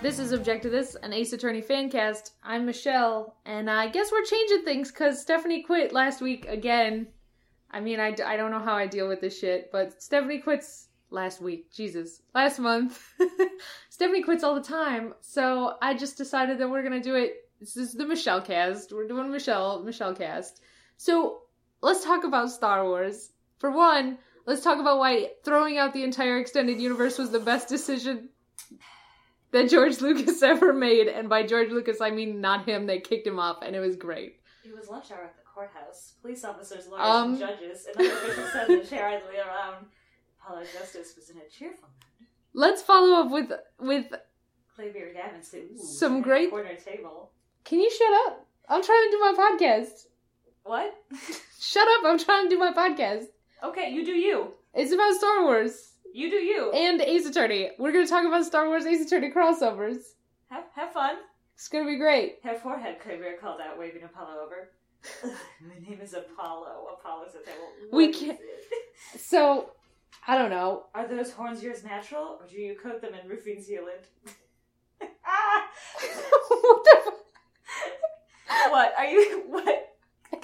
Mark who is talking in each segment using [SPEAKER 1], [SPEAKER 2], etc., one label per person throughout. [SPEAKER 1] This is Object to This, an Ace Attorney fan cast. I'm Michelle, and I guess we're changing things because Stephanie quit last week again. I mean, I, d- I don't know how I deal with this shit, but Stephanie quits last week. Jesus. Last month. Stephanie quits all the time, so I just decided that we're going to do it. This is the Michelle cast. We're doing Michelle, Michelle cast. So let's talk about Star Wars. For one, let's talk about why throwing out the entire extended universe was the best decision that George Lucas ever made. And by George Lucas, I mean not him. They kicked him off, and it was great.
[SPEAKER 2] It was lunch hour at the courthouse. Police officers, lawyers,
[SPEAKER 1] Um.
[SPEAKER 2] and judges, and other officials sat in the chair idly around. Apollo Justice was in a cheerful mood.
[SPEAKER 1] Let's follow up with with.
[SPEAKER 2] Clavier Davis, ooh,
[SPEAKER 1] Some
[SPEAKER 2] at the
[SPEAKER 1] great-
[SPEAKER 2] corner table.
[SPEAKER 1] Can you shut up? I'm trying to do my podcast.
[SPEAKER 2] What?
[SPEAKER 1] Shut up! I'm trying to do my podcast.
[SPEAKER 2] okay, you do you.
[SPEAKER 1] It's about Star Wars
[SPEAKER 2] You do you.
[SPEAKER 1] and Ace Attorney. We're gonna talk about Star Wars Ace Attorney crossovers.
[SPEAKER 2] Have have fun.
[SPEAKER 1] It's gonna be great.
[SPEAKER 2] Have forehead. Clavier called out, waving Apollo over. Ugh, My name is Apollo. Apollo's at the table.
[SPEAKER 1] We
[SPEAKER 2] "What is
[SPEAKER 1] can't-
[SPEAKER 2] it?"
[SPEAKER 1] So, I don't know.
[SPEAKER 2] Are those horns yours natural, or do you coat them in roofing sealant? ah.
[SPEAKER 1] what the? Fuck?
[SPEAKER 2] What are you? What?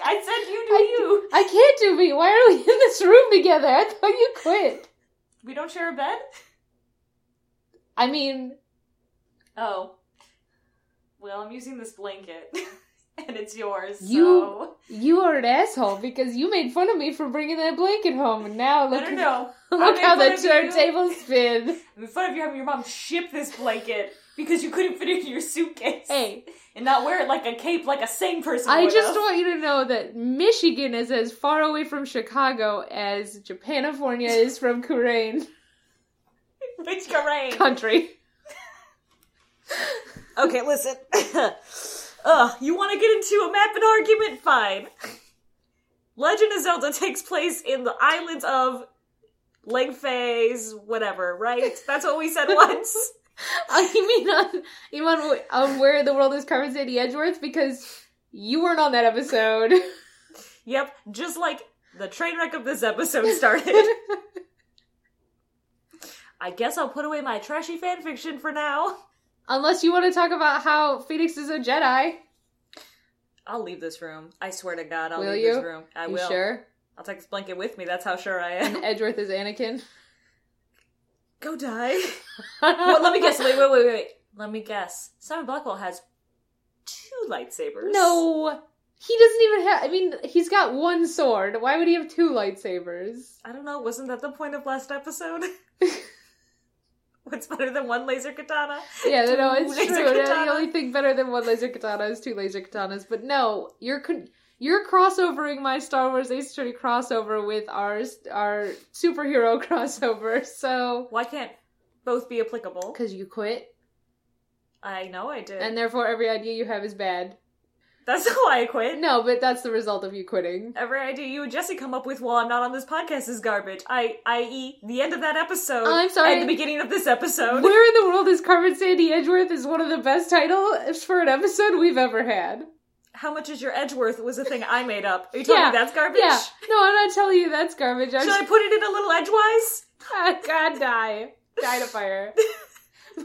[SPEAKER 2] I said you do
[SPEAKER 1] I-
[SPEAKER 2] you.
[SPEAKER 1] I can't do me. Why are we in this room together? I thought you quit.
[SPEAKER 2] We don't share a bed?
[SPEAKER 1] I mean,
[SPEAKER 2] Oh. Well, I'm using this blanket. and it's yours.
[SPEAKER 1] You- you are an asshole because you made fun of me for bringing that blanket home, and now
[SPEAKER 2] So. I
[SPEAKER 1] look
[SPEAKER 2] don't
[SPEAKER 1] at
[SPEAKER 2] know. I
[SPEAKER 1] Look
[SPEAKER 2] made
[SPEAKER 1] how
[SPEAKER 2] fun
[SPEAKER 1] the
[SPEAKER 2] of you.
[SPEAKER 1] turntables spin.
[SPEAKER 2] I'm fun of you having your mom ship this blanket because you couldn't fit it in your suitcase.
[SPEAKER 1] Hey,
[SPEAKER 2] And not wear it like a cape like a sane person.
[SPEAKER 1] I
[SPEAKER 2] would
[SPEAKER 1] just
[SPEAKER 2] have.
[SPEAKER 1] want you to know that Michigan is as far away from Chicago as Japanifornia is from Kurain
[SPEAKER 2] Bitch, Karain.
[SPEAKER 1] country.
[SPEAKER 2] Okay, listen. Ugh, you want to get into a map and argument? Fine. Legend of Zelda takes place in the islands of Lengfei's whatever, right? That's what we said once.
[SPEAKER 1] I mean, on, you mean on, on Where the World is Carmen Sandy Edgeworth because you weren't on that episode.
[SPEAKER 2] yep, just like the train wreck of this episode started. I guess I'll put away my trashy fanfiction for now.
[SPEAKER 1] Unless you want to talk about how Phoenix is a Jedi.
[SPEAKER 2] I'll leave this room. I swear to God, I'll
[SPEAKER 1] Will
[SPEAKER 2] leave
[SPEAKER 1] you?
[SPEAKER 2] this room. I
[SPEAKER 1] you
[SPEAKER 2] will.
[SPEAKER 1] sure?
[SPEAKER 2] I'll take this blanket with me. That's how sure I am.
[SPEAKER 1] And Edgeworth is Anakin.
[SPEAKER 2] Go die. Well, let me guess. Wait, wait, wait, wait. Let me guess. Simon Blackwell has two lightsabers.
[SPEAKER 1] No, he doesn't even have. I mean, he's got one sword. Why would he have two lightsabers?
[SPEAKER 2] I don't know. Wasn't that the point of last episode? What's better than one laser katana?
[SPEAKER 1] Yeah, no, no,
[SPEAKER 2] Two
[SPEAKER 1] it's
[SPEAKER 2] laser
[SPEAKER 1] true. No, The
[SPEAKER 2] katana.
[SPEAKER 1] only thing better than one laser katana is two laser katanas. But no, you're con- you're crossovering my Star Wars Ace Attorney crossover with our our superhero crossover. So
[SPEAKER 2] Why can't both be applicable?
[SPEAKER 1] because you quit,
[SPEAKER 2] I know I did.
[SPEAKER 1] and therefore every idea you have is bad.
[SPEAKER 2] That's why I quit.
[SPEAKER 1] No, but that's the result of you quitting.
[SPEAKER 2] Every idea you and Jesse come up with while I'm not on this podcast is garbage. I, i.e., the end of that episode.
[SPEAKER 1] I'm sorry.
[SPEAKER 2] And the beginning of this episode.
[SPEAKER 1] Where in the world is Carmen Sandy Edgeworth is one of the best titles for an episode we've ever had.
[SPEAKER 2] How much is your Edgeworth was a thing I made up. Are you telling
[SPEAKER 1] Yeah,
[SPEAKER 2] me that's garbage?
[SPEAKER 1] Yeah. No, I'm not telling you that's garbage. I'm
[SPEAKER 2] Should I put it in a little edgewise?
[SPEAKER 1] Ah, God, die. Die to fire. Oh,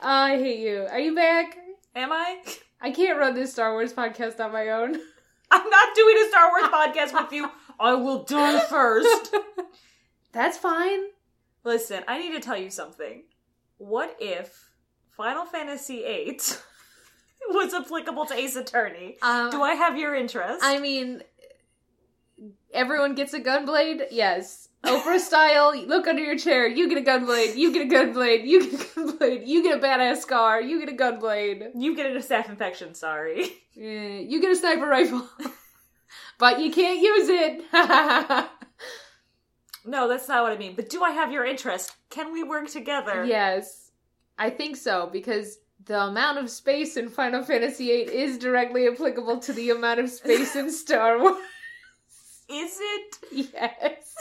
[SPEAKER 1] I hate you. Are you back?
[SPEAKER 2] Am I?
[SPEAKER 1] I can't run this Star Wars podcast on my own.
[SPEAKER 2] I'm not doing a Star Wars podcast with you. I will die first.
[SPEAKER 1] That's fine.
[SPEAKER 2] Listen, I need to tell you something. What if Final Fantasy VIII was applicable to Ace Attorney?
[SPEAKER 1] Um,
[SPEAKER 2] Do I have your interest?
[SPEAKER 1] I mean, everyone gets a gunblade? Yes. Oprah style, look under your chair. You get a gunblade. You get a gunblade. You get a gunblade. You get a badass scar. You get a gunblade.
[SPEAKER 2] you get a staph infection, sorry.
[SPEAKER 1] Eh, you get a sniper rifle. but you can't use it.
[SPEAKER 2] No, that's not what I mean. But do I have your interest? Can we work together?
[SPEAKER 1] Yes, I think so because the amount of space in Final Fantasy VIII is directly applicable to the amount of space in Star Wars.
[SPEAKER 2] Is it?
[SPEAKER 1] Yes,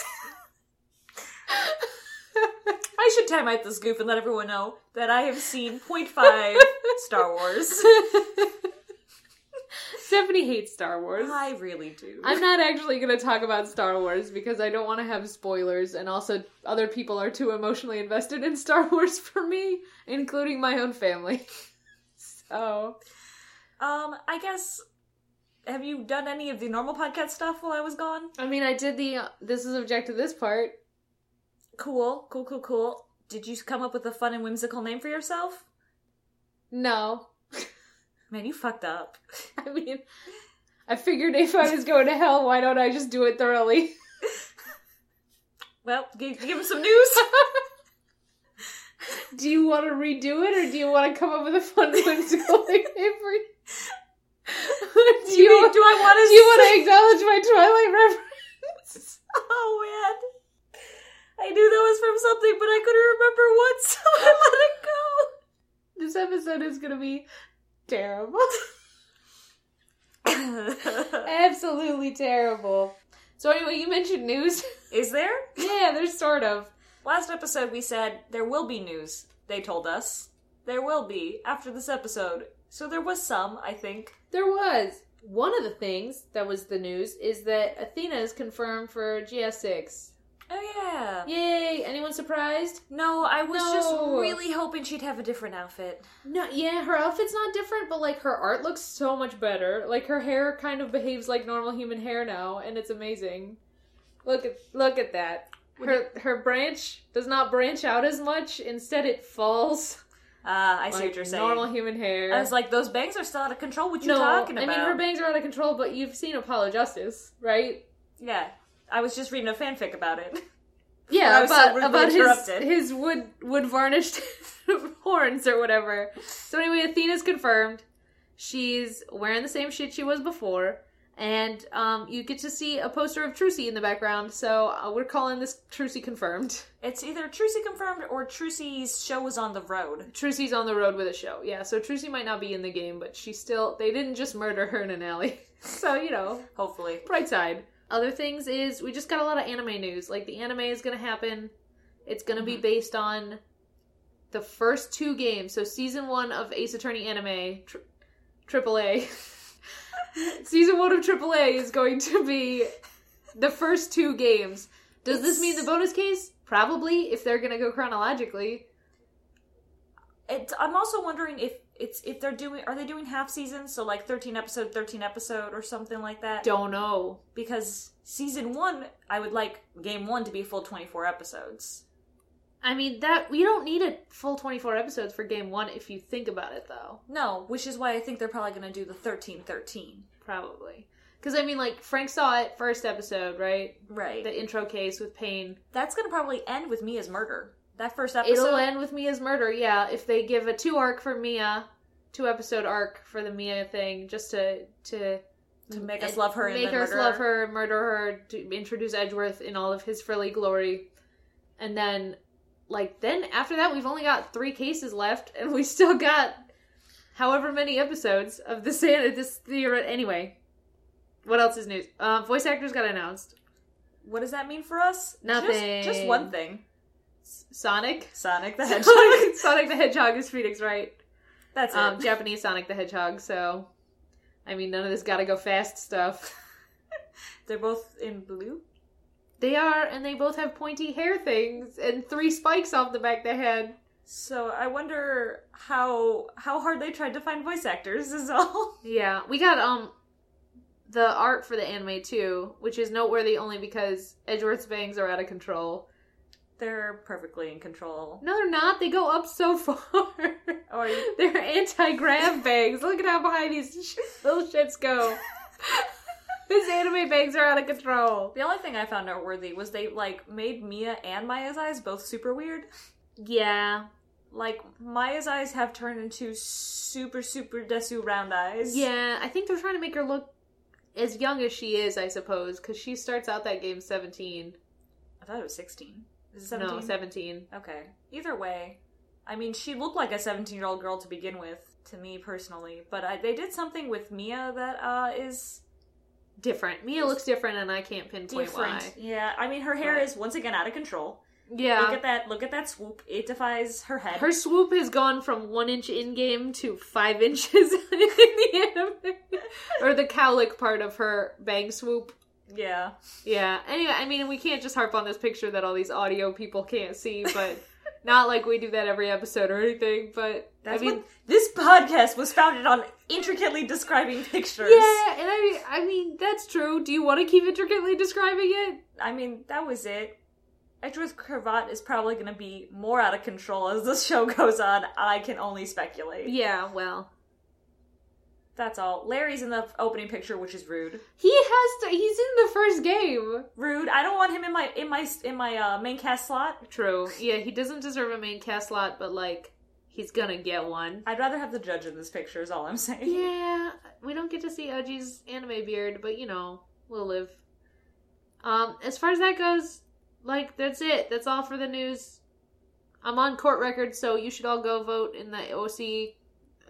[SPEAKER 2] I should time out this goof and let everyone know that I have seen 0.5 Star Wars.
[SPEAKER 1] Stephanie hates Star Wars.
[SPEAKER 2] I really do.
[SPEAKER 1] I'm not actually going to talk about Star Wars because I don't want to have spoilers, and also other people are too emotionally invested in Star Wars for me, including my own family. so,
[SPEAKER 2] Um, I guess. Have you done any of the normal podcast stuff while I was gone?
[SPEAKER 1] I mean, I did the uh, this is objective this part.
[SPEAKER 2] Cool, cool, cool, cool. Did you come up with a fun and whimsical name for yourself?
[SPEAKER 1] No,
[SPEAKER 2] Man, you fucked up.
[SPEAKER 1] I mean, I figured if I was going to hell, why don't I just do it thoroughly?
[SPEAKER 2] Well, give, give him some news.
[SPEAKER 1] Do you want to redo it, or do you want to come up with a fun whimsical name for it? do
[SPEAKER 2] do, you,
[SPEAKER 1] you,
[SPEAKER 2] do I want to?
[SPEAKER 1] do you want to acknowledge my Twilight reference?
[SPEAKER 2] Oh man, I knew that was from something, but I couldn't remember what, so I let it go.
[SPEAKER 1] This episode is gonna be terrible. Absolutely terrible. So anyway, you mentioned news.
[SPEAKER 2] Is there?
[SPEAKER 1] yeah, there's sort of.
[SPEAKER 2] Last episode we said there will be news. They told us there will be after this episode. So there was some, I think.
[SPEAKER 1] There was. One of the things that was the news is that Athena is confirmed for GS6.
[SPEAKER 2] Oh yeah.
[SPEAKER 1] Yay! Anyone surprised?
[SPEAKER 2] No, I was just
[SPEAKER 1] No.
[SPEAKER 2] really hoping she'd have a different outfit.
[SPEAKER 1] No, yeah, her outfit's not different, but like her art looks so much better. Like her hair kind of behaves like normal human hair now, and it's amazing. Look at look at that.
[SPEAKER 2] Would
[SPEAKER 1] Her her branch does not branch out as much. Instead, it falls.
[SPEAKER 2] Uh, I see
[SPEAKER 1] like
[SPEAKER 2] what you're saying.
[SPEAKER 1] Normal human hair.
[SPEAKER 2] I was like, those bangs are still out of control. What you
[SPEAKER 1] no,
[SPEAKER 2] talking about?
[SPEAKER 1] I mean her bangs are out of control, but you've seen Apollo Justice, right?
[SPEAKER 2] yeah, I was just reading a fanfic about it. I
[SPEAKER 1] Yeah,
[SPEAKER 2] was so
[SPEAKER 1] about
[SPEAKER 2] rudely
[SPEAKER 1] about
[SPEAKER 2] interrupted.
[SPEAKER 1] his his wood wood varnished horns or whatever. So anyway, Athena's confirmed. She's wearing the same shit she was before, and um, you get to see a poster of Trucy in the background. So uh, we're calling this Trucy confirmed.
[SPEAKER 2] It's either Trucy confirmed or Trucy's show was on the road.
[SPEAKER 1] Trucy's on the road with a show. Yeah, so Trucy might not be in the game, but she still they didn't just murder her in an alley. So you know,
[SPEAKER 2] Hopefully,
[SPEAKER 1] bright side. Other things is we just got a lot of anime news. Like the anime is going to happen. It's going to be
[SPEAKER 2] Mhm.
[SPEAKER 1] based on the first two games. So season 1 of Ace Attorney anime tri- AAA. season 1 of AAA is going to be the first two games. Does this mean the
[SPEAKER 2] It's-
[SPEAKER 1] bonus case? Probably if they're going to go chronologically.
[SPEAKER 2] it's, I'm also wondering if it's if they're doing are they doing half seasons? So like 13 episode, 13 episode, or something like that.
[SPEAKER 1] Don't know.
[SPEAKER 2] Because season one, I would like game one to be a full 24 episodes.
[SPEAKER 1] I mean that we don't need a full 24 episodes for game 1 if you think about it though.
[SPEAKER 2] No, which is why I think they're probably going to do the 13, 13.
[SPEAKER 1] Probably. Because, I mean, like, Frank saw it first episode, right?
[SPEAKER 2] Right.
[SPEAKER 1] The intro case with Payne.
[SPEAKER 2] That's going to probably end with Mia's murder. That first episode.
[SPEAKER 1] It'll end with Mia's murder, yeah. If they give a two arc for Mia, two episode arc for the Mia thing, just to to
[SPEAKER 2] to make us
[SPEAKER 1] and
[SPEAKER 2] love her and
[SPEAKER 1] make
[SPEAKER 2] then
[SPEAKER 1] us
[SPEAKER 2] murder
[SPEAKER 1] love her, murder her, to introduce Edgeworth in all of his frilly glory, and then like then after that we've only got three cases left, and we still got however many episodes of this this theory. Anyway, what else is news? Uh, voice actors got announced.
[SPEAKER 2] What does that mean for us? Just-
[SPEAKER 1] Nothing.
[SPEAKER 2] just one thing.
[SPEAKER 1] Sonic.
[SPEAKER 2] Sonic the Hedgehog.
[SPEAKER 1] Sonic, Sonic the Hedgehog is Phoenix, right?
[SPEAKER 2] That's it.
[SPEAKER 1] Um, Japanese Sonic the Hedgehog. So, I mean, none of this gotta go fast stuff.
[SPEAKER 2] They're both in blue.
[SPEAKER 1] They are, and they both have pointy hair things and three spikes off the back of their head.
[SPEAKER 2] So I wonder how how hard they tried to find voice actors is all.
[SPEAKER 1] Yeah, we got um the art for the anime too, which is noteworthy only because Edgeworth's bangs are out of control.
[SPEAKER 2] They're perfectly in control.
[SPEAKER 1] No, they're not. They go up so far.
[SPEAKER 2] Oh, are you?
[SPEAKER 1] they're anti-grav bangs. Look at how behind these sh- little shits go. His anime bangs are out of control.
[SPEAKER 2] The only thing I found noteworthy was they like made Mia and Maya's eyes both super weird.
[SPEAKER 1] Yeah.
[SPEAKER 2] Like Maya's eyes have turned into super super desu round eyes.
[SPEAKER 1] Yeah, I think they're trying to make her look as young as she is, I suppose, because she starts out that game 17.
[SPEAKER 2] I thought it was sixteen. Is it seventeen?
[SPEAKER 1] No, 17.
[SPEAKER 2] Okay. Either way, I mean, she looked like a 17 year old girl to begin with, to me personally. But I, they did something with Mia that uh, is
[SPEAKER 1] Different. Mia looks different, and I can't pinpoint
[SPEAKER 2] different.
[SPEAKER 1] why.
[SPEAKER 2] Yeah, I mean, her hair
[SPEAKER 1] But-
[SPEAKER 2] is once again out of control. Look
[SPEAKER 1] Yeah.
[SPEAKER 2] at that! Look at that swoop! It defies her head.
[SPEAKER 1] Her swoop has gone from one inch in game to five inches in the anime. or the cowlick part of her bang swoop.
[SPEAKER 2] yeah,
[SPEAKER 1] Yeah. Anyway, I mean, we can't just harp on this picture that all these audio people can't see, but not like we do that every episode or anything. But
[SPEAKER 2] that's
[SPEAKER 1] I mean,
[SPEAKER 2] what this podcast was founded on: intricately describing pictures.
[SPEAKER 1] yeah, and I mean, I mean that's true. Do you want to keep intricately describing it?
[SPEAKER 2] I mean, that was it. Edgeworth Cravat is probably going to be more out of control as this show goes on. I can only speculate.
[SPEAKER 1] Yeah. Well,
[SPEAKER 2] That's all. Larry's in the opening picture, which is rude.
[SPEAKER 1] he has to. He's in the first game.
[SPEAKER 2] Rude. I don't want him in my in my in my uh, main cast slot.
[SPEAKER 1] True. Yeah, he doesn't deserve a main cast slot, but like, he's gonna get one.
[SPEAKER 2] I'd rather have the judge in this picture. Is all I'm saying.
[SPEAKER 1] Yeah, we don't get to see Uji's anime beard, but you know, we'll live. Um, as far as that goes, like that's it. That's all for the news. I'm on court record, so you should all go vote in the OC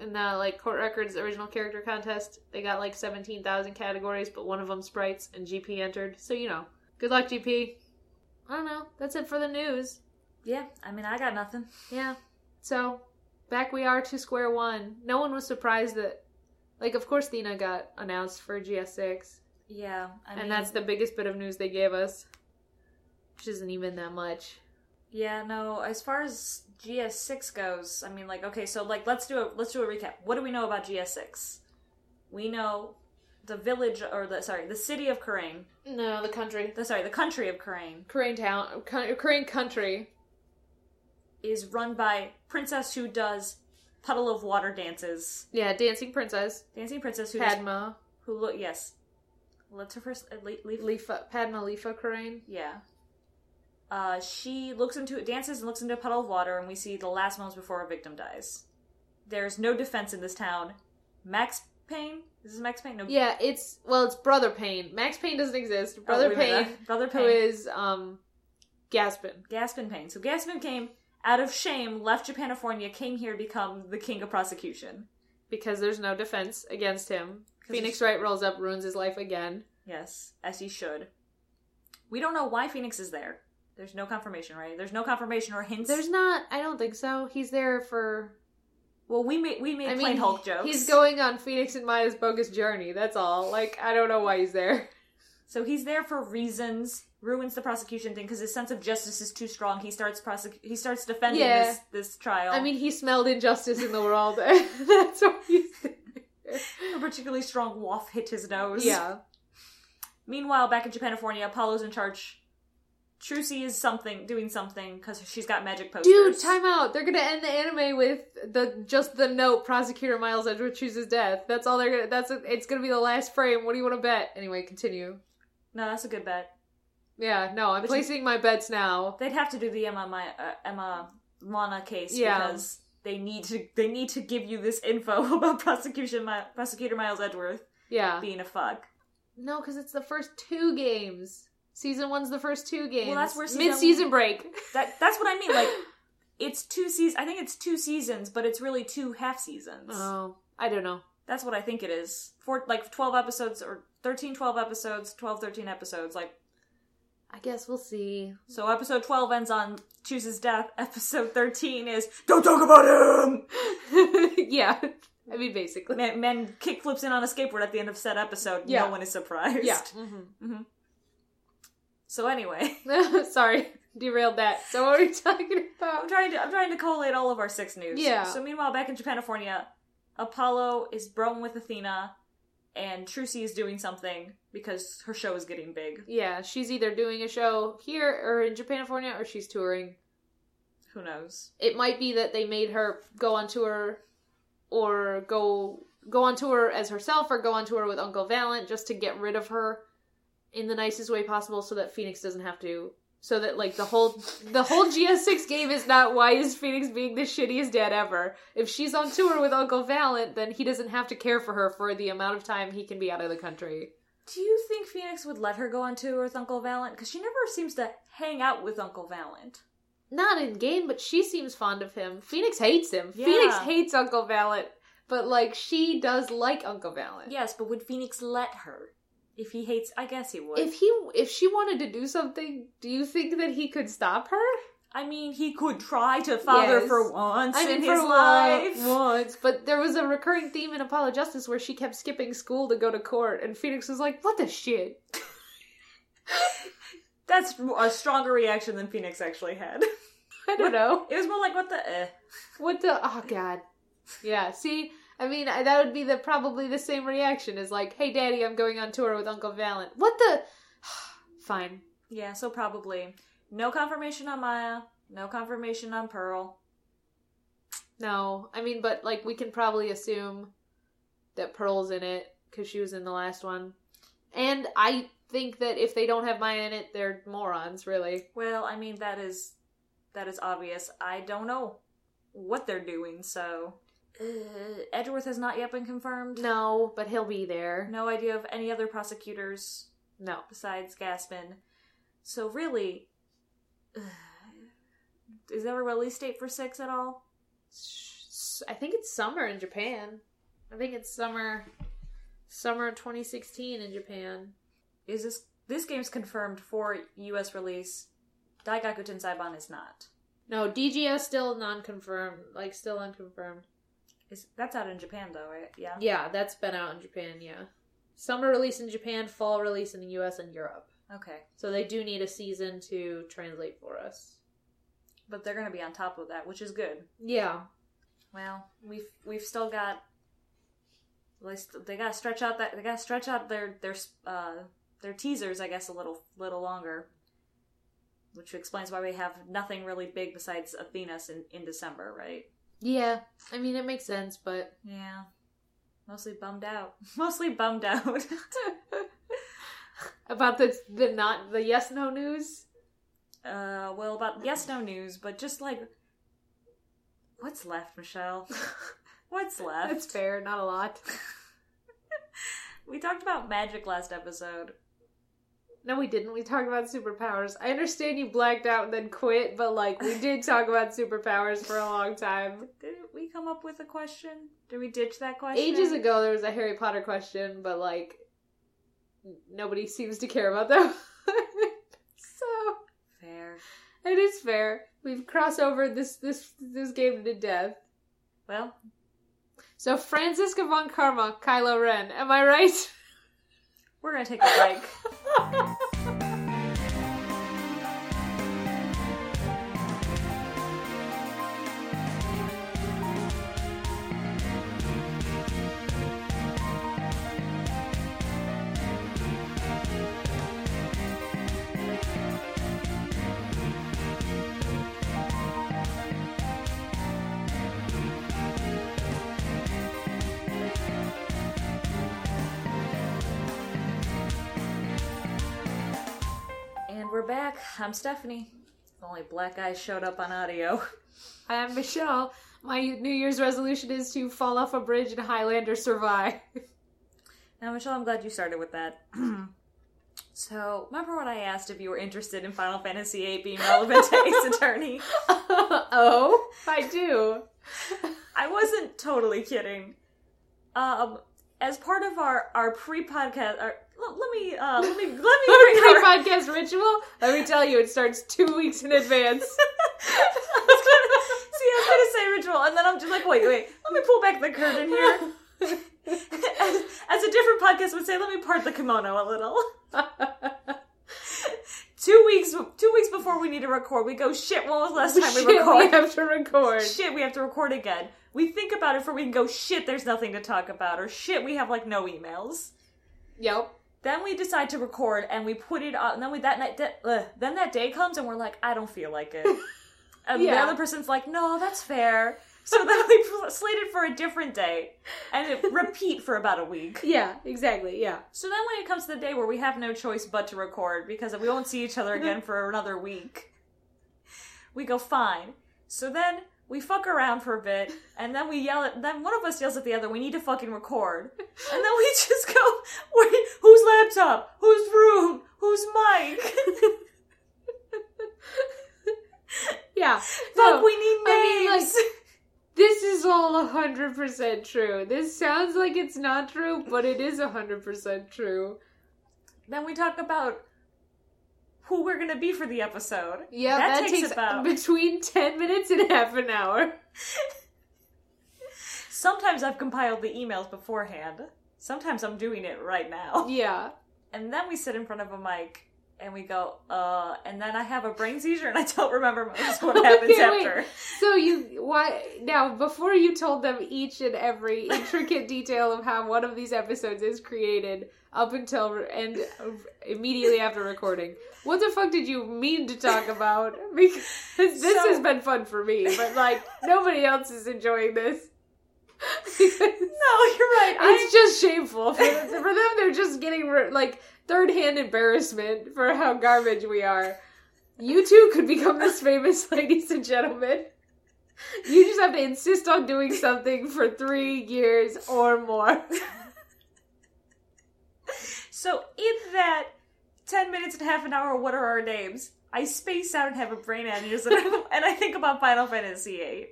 [SPEAKER 1] in the like court records original character contest. They got like 17,000 categories, but one of them sprites and GP entered. So, you know. Good luck GP. I don't know. That's it for the news.
[SPEAKER 2] Yeah, I mean, I got nothing.
[SPEAKER 1] Yeah. So back we are to square one. No one was surprised that, like, of course, Dina got announced for GS6,
[SPEAKER 2] Yeah, I mean,
[SPEAKER 1] and that's the biggest bit of news they gave us, which isn't even that much.
[SPEAKER 2] yeah. No, as far as GS six goes, I mean, like, okay, so like, let's do a let's do a recap. What do we know about GS six? We know the village, or the sorry, the city of Karain.
[SPEAKER 1] No, the country,
[SPEAKER 2] The sorry, the country of Karain
[SPEAKER 1] Korean town, Ko- Korean country.
[SPEAKER 2] is run by princess who does puddle of water dances,
[SPEAKER 1] Yeah, dancing princess
[SPEAKER 2] dancing princess who does,
[SPEAKER 1] Padma,
[SPEAKER 2] who look yes, let's her first uh, le- leaf
[SPEAKER 1] Lifa, Padma Lifa Korean.
[SPEAKER 2] Yeah. Uh, she looks into it, dances and looks into a puddle of water, and we see the last moments before her victim dies. There's no defense in this town. Max Payne? Is this Max Payne? No.
[SPEAKER 1] Yeah, it's well, it's Brother Payne. Max Payne doesn't exist.
[SPEAKER 2] Oh,
[SPEAKER 1] Brother
[SPEAKER 2] wait a
[SPEAKER 1] Payne,
[SPEAKER 2] minute. Brother
[SPEAKER 1] who
[SPEAKER 2] Payne.
[SPEAKER 1] is um, Gaspin.
[SPEAKER 2] Gaspin Payne. So Gaspin came out of shame, left Japanifornia, came here to become the king of prosecution.
[SPEAKER 1] because there's no defense against him.
[SPEAKER 2] 'Cause
[SPEAKER 1] Phoenix Wright rolls up, ruins his life again.
[SPEAKER 2] Yes, as he should. We don't know why Phoenix is there. There's no confirmation, right? There's no confirmation or hints.
[SPEAKER 1] There's not. I don't think so. He's there for.
[SPEAKER 2] well, we made we made
[SPEAKER 1] I
[SPEAKER 2] plain
[SPEAKER 1] mean,
[SPEAKER 2] Hulk jokes.
[SPEAKER 1] he's going on Phoenix and Maya's bogus journey. That's all. Like I don't know why he's there.
[SPEAKER 2] So he's there for reasons, ruins the prosecution thing because his sense of justice is too strong. He starts prosec- he starts defending
[SPEAKER 1] Yeah.
[SPEAKER 2] this this trial.
[SPEAKER 1] I mean, he smelled injustice in the world. That's why he's there.
[SPEAKER 2] a particularly strong waff hit his nose.
[SPEAKER 1] Yeah,
[SPEAKER 2] Meanwhile, back in Japanifornia, Apollo's in charge. Trucy is something doing something because she's got magic posters.
[SPEAKER 1] dude. Time out. They're gonna end the anime with the just the note. Prosecutor Miles Edward chooses death. That's all they're gonna. That's it's gonna be the last frame. What do you want to bet? Anyway, continue.
[SPEAKER 2] No, that's a good bet.
[SPEAKER 1] Yeah, no, I'm
[SPEAKER 2] Which is-
[SPEAKER 1] placing my bets now.
[SPEAKER 2] They'd have to do the Emma my, uh, Emma Lana case
[SPEAKER 1] Yeah.
[SPEAKER 2] because they need to they need to give you this info about prosecution Mi- prosecutor Miles Edgeworth
[SPEAKER 1] Yeah.
[SPEAKER 2] being a fuck.
[SPEAKER 1] No, because it's the first two games. Season one's the first two games.
[SPEAKER 2] that's where season-
[SPEAKER 1] mid-season break.
[SPEAKER 2] That that's what I mean. Like it's two seasons. I think it's two seasons, but it's really two half seasons.
[SPEAKER 1] Oh, I don't know.
[SPEAKER 2] That's what I think it is. For like 12 episodes or 13 12 episodes, 12 13 episodes like
[SPEAKER 1] I guess we'll see.
[SPEAKER 2] so episode 12 ends on chooses death. Episode 13 is don't talk about him.
[SPEAKER 1] yeah, I mean basically.
[SPEAKER 2] Man, man kickflips in on a skateboard at the end of said episode.
[SPEAKER 1] Yeah.
[SPEAKER 2] No one is surprised.
[SPEAKER 1] Yeah.
[SPEAKER 2] So anyway,
[SPEAKER 1] mhm. Sorry, derailed that. So what are we talking
[SPEAKER 2] I'm
[SPEAKER 1] about?
[SPEAKER 2] trying to I'm trying to collate all of our six news.
[SPEAKER 1] Yeah.
[SPEAKER 2] So meanwhile, back in Japanifornia, Apollo is broing with Athena, and Trucy is doing something because her show is getting big.
[SPEAKER 1] Yeah, she's either doing a show here or in Japanifornia, or she's touring.
[SPEAKER 2] Who knows?
[SPEAKER 1] It might be that they made her go on tour, or go go on tour as herself, or go on tour with Uncle Valent, just to get rid of her in the nicest way possible, so that Phoenix doesn't have to. So that like the whole the whole GS6 game is not why is Phoenix being the shittiest dad ever. If she's on tour with Uncle Valent, then he doesn't have to care for her for the amount of time he can be out of the country.
[SPEAKER 2] Do you think Phoenix would let her go on tour with Uncle Valent? Because she never seems to hang out with Uncle Valent.
[SPEAKER 1] Not in game, but she seems fond of him. Phoenix hates him.
[SPEAKER 2] Yeah.
[SPEAKER 1] Phoenix hates Uncle Valent, but like she does like Uncle Valent.
[SPEAKER 2] Yes, but would Phoenix let her? If he hates, I guess he would.
[SPEAKER 1] If he if she wanted to do something, do you think that he could stop her?
[SPEAKER 2] I mean, he could try to father
[SPEAKER 1] Yes.
[SPEAKER 2] for once
[SPEAKER 1] I mean,
[SPEAKER 2] in
[SPEAKER 1] for
[SPEAKER 2] his
[SPEAKER 1] a while-
[SPEAKER 2] life.
[SPEAKER 1] once, but there was a recurring theme in Apollo Justice where she kept skipping school to go to court, and Phoenix was like, "What the shit?"
[SPEAKER 2] That's a stronger reaction than Phoenix actually had.
[SPEAKER 1] I don't know.
[SPEAKER 2] It was more like, what the eh.
[SPEAKER 1] What the? Oh God. Yeah. See, I mean, I, that would be the probably the same reaction as like, "Hey, Daddy, I'm going on tour with Uncle Valent." What the? Fine.
[SPEAKER 2] Yeah, so probably. No confirmation on Maya. No confirmation on Pearl.
[SPEAKER 1] No, I mean, but like we can probably assume that Pearl's in it because she was in the last one, and I think that if they don't have Maya in it, they're morons, really.
[SPEAKER 2] Well, I mean that is that is obvious. I don't know what they're doing, so uh, Edgeworth has not yet been confirmed.
[SPEAKER 1] No, but he'll be there.
[SPEAKER 2] No idea of any other prosecutors
[SPEAKER 1] No.
[SPEAKER 2] besides Gaspin. So really, uh, is there a release date for six at all?
[SPEAKER 1] S- I think it's summer in Japan. I think it's summer, summer 2016 in Japan.
[SPEAKER 2] Is this this game's confirmed for U.S. release? Daigakuten Saiban is not.
[SPEAKER 1] No, DGS still non-confirmed, like still unconfirmed.
[SPEAKER 2] Is that's out in Japan though, right? Yeah.
[SPEAKER 1] Yeah, that's been out in Japan. Yeah, summer release in Japan, fall release in the U.S. and Europe.
[SPEAKER 2] Okay,
[SPEAKER 1] So they do need a season to translate for us.
[SPEAKER 2] but they're gonna be on top of that, which is good.
[SPEAKER 1] Yeah.
[SPEAKER 2] Well, we've we've still got. at least They gotta stretch out that they gotta stretch out their their uh, their teasers, I guess, a little little longer, which explains why we have nothing really big besides Athena's in, in December, right?
[SPEAKER 1] Yeah. I mean, it makes sense, but
[SPEAKER 2] Yeah, mostly bummed out. Mostly bummed out.
[SPEAKER 1] about the the not the yes no news.
[SPEAKER 2] uh, well, about yes, no news, but just like, what's left, Michelle? what's left?
[SPEAKER 1] That's fair. Not a lot.
[SPEAKER 2] We talked about magic last episode.
[SPEAKER 1] No, we didn't. We talked about superpowers. I understand you blacked out and then quit, but like we did talk about superpowers for a long time.
[SPEAKER 2] Didn't we come up with a question? Did we ditch that question?
[SPEAKER 1] Ages ago, there was a Harry Potter question, but like n- nobody seems to care about them. so
[SPEAKER 2] Fair.
[SPEAKER 1] it is fair. We've crossed over this this this game to death.
[SPEAKER 2] Well,
[SPEAKER 1] So Francisca von Karma, Kylo Ren. Am I right?
[SPEAKER 2] we're gonna take a break. and we're back. I'm Stephanie. If only black eyes showed up on audio.
[SPEAKER 1] I am Michelle. My New Year's resolution is to fall off a bridge in Highlander survive.
[SPEAKER 2] Now, Michelle, I'm glad you started with that. so, remember when I asked if you were interested in Final Fantasy VIII being relevant to Ace Attorney?
[SPEAKER 1] oh, I do.
[SPEAKER 2] I wasn't totally kidding. Um, as part of our our pre-podcast, our, let, let me uh, let me let me bring our-
[SPEAKER 1] Pre-podcast ritual. Let me tell you, it starts two weeks in advance.
[SPEAKER 2] I was gonna, see, I was gonna say ritual, and then I'm just like, wait, wait, let me pull back the curtain here. as, as a different podcast would say, let me part the kimono a little. Two weeks, two weeks before we need to record, we go shit. When was the last time
[SPEAKER 1] Shit,
[SPEAKER 2] we record?
[SPEAKER 1] we have to record.
[SPEAKER 2] shit, we have to record again. We think about it for we can go shit. There's nothing to talk about, or shit, we have like no emails.
[SPEAKER 1] Yep.
[SPEAKER 2] Then we decide to record, and we put it on. And then we that night, that, ugh, then that day comes, and we're like, I don't feel like it. And the
[SPEAKER 1] Yeah.
[SPEAKER 2] other person's like, No, that's fair. So then we pl- slate it for a different day, and it repeat for about a week.
[SPEAKER 1] Yeah. Exactly. Yeah.
[SPEAKER 2] So then when it comes to the day where we have no choice but to record because we won't see each other again for another week, we go fine. So then we fuck around for a bit, and then we yell at. Then one of us yells at the other. We need to fucking record, and then we just go. Wait, whose laptop? Whose room? Whose mic?
[SPEAKER 1] Yeah.
[SPEAKER 2] Fuck,
[SPEAKER 1] No.
[SPEAKER 2] we need
[SPEAKER 1] I mean, like-
[SPEAKER 2] names.
[SPEAKER 1] This is all 100% true. This sounds like it's not true, but it is 100% true.
[SPEAKER 2] then we talk about who we're gonna be for the episode.
[SPEAKER 1] Yeah,
[SPEAKER 2] That
[SPEAKER 1] that,
[SPEAKER 2] takes
[SPEAKER 1] takes,
[SPEAKER 2] about-
[SPEAKER 1] between 10 minutes and half an hour.
[SPEAKER 2] Sometimes I've compiled the emails beforehand. Sometimes I'm doing it right now.
[SPEAKER 1] Yeah.
[SPEAKER 2] And then we sit in front of a mic and we go, uh, and then I have a brain seizure and I don't remember most of what
[SPEAKER 1] I
[SPEAKER 2] happens
[SPEAKER 1] can't wait.
[SPEAKER 2] after.
[SPEAKER 1] So you why now before you told them each and every intricate detail of how one of these episodes is created up until re- and uh, immediately after recording. What the fuck did you mean to talk about? Because this
[SPEAKER 2] So-
[SPEAKER 1] has been fun for me, but like nobody else is enjoying this.
[SPEAKER 2] No, you're right. I,
[SPEAKER 1] it's just shameful for, for them. They're just getting re- like third-hand embarrassment for how garbage we are. You too could become this famous, ladies and gentlemen. You just have to insist on doing something for three years or more.
[SPEAKER 2] so in that ten minutes and half an hour, what are our names? I space out and have a brain aneurysm, and I think about Final Fantasy VIII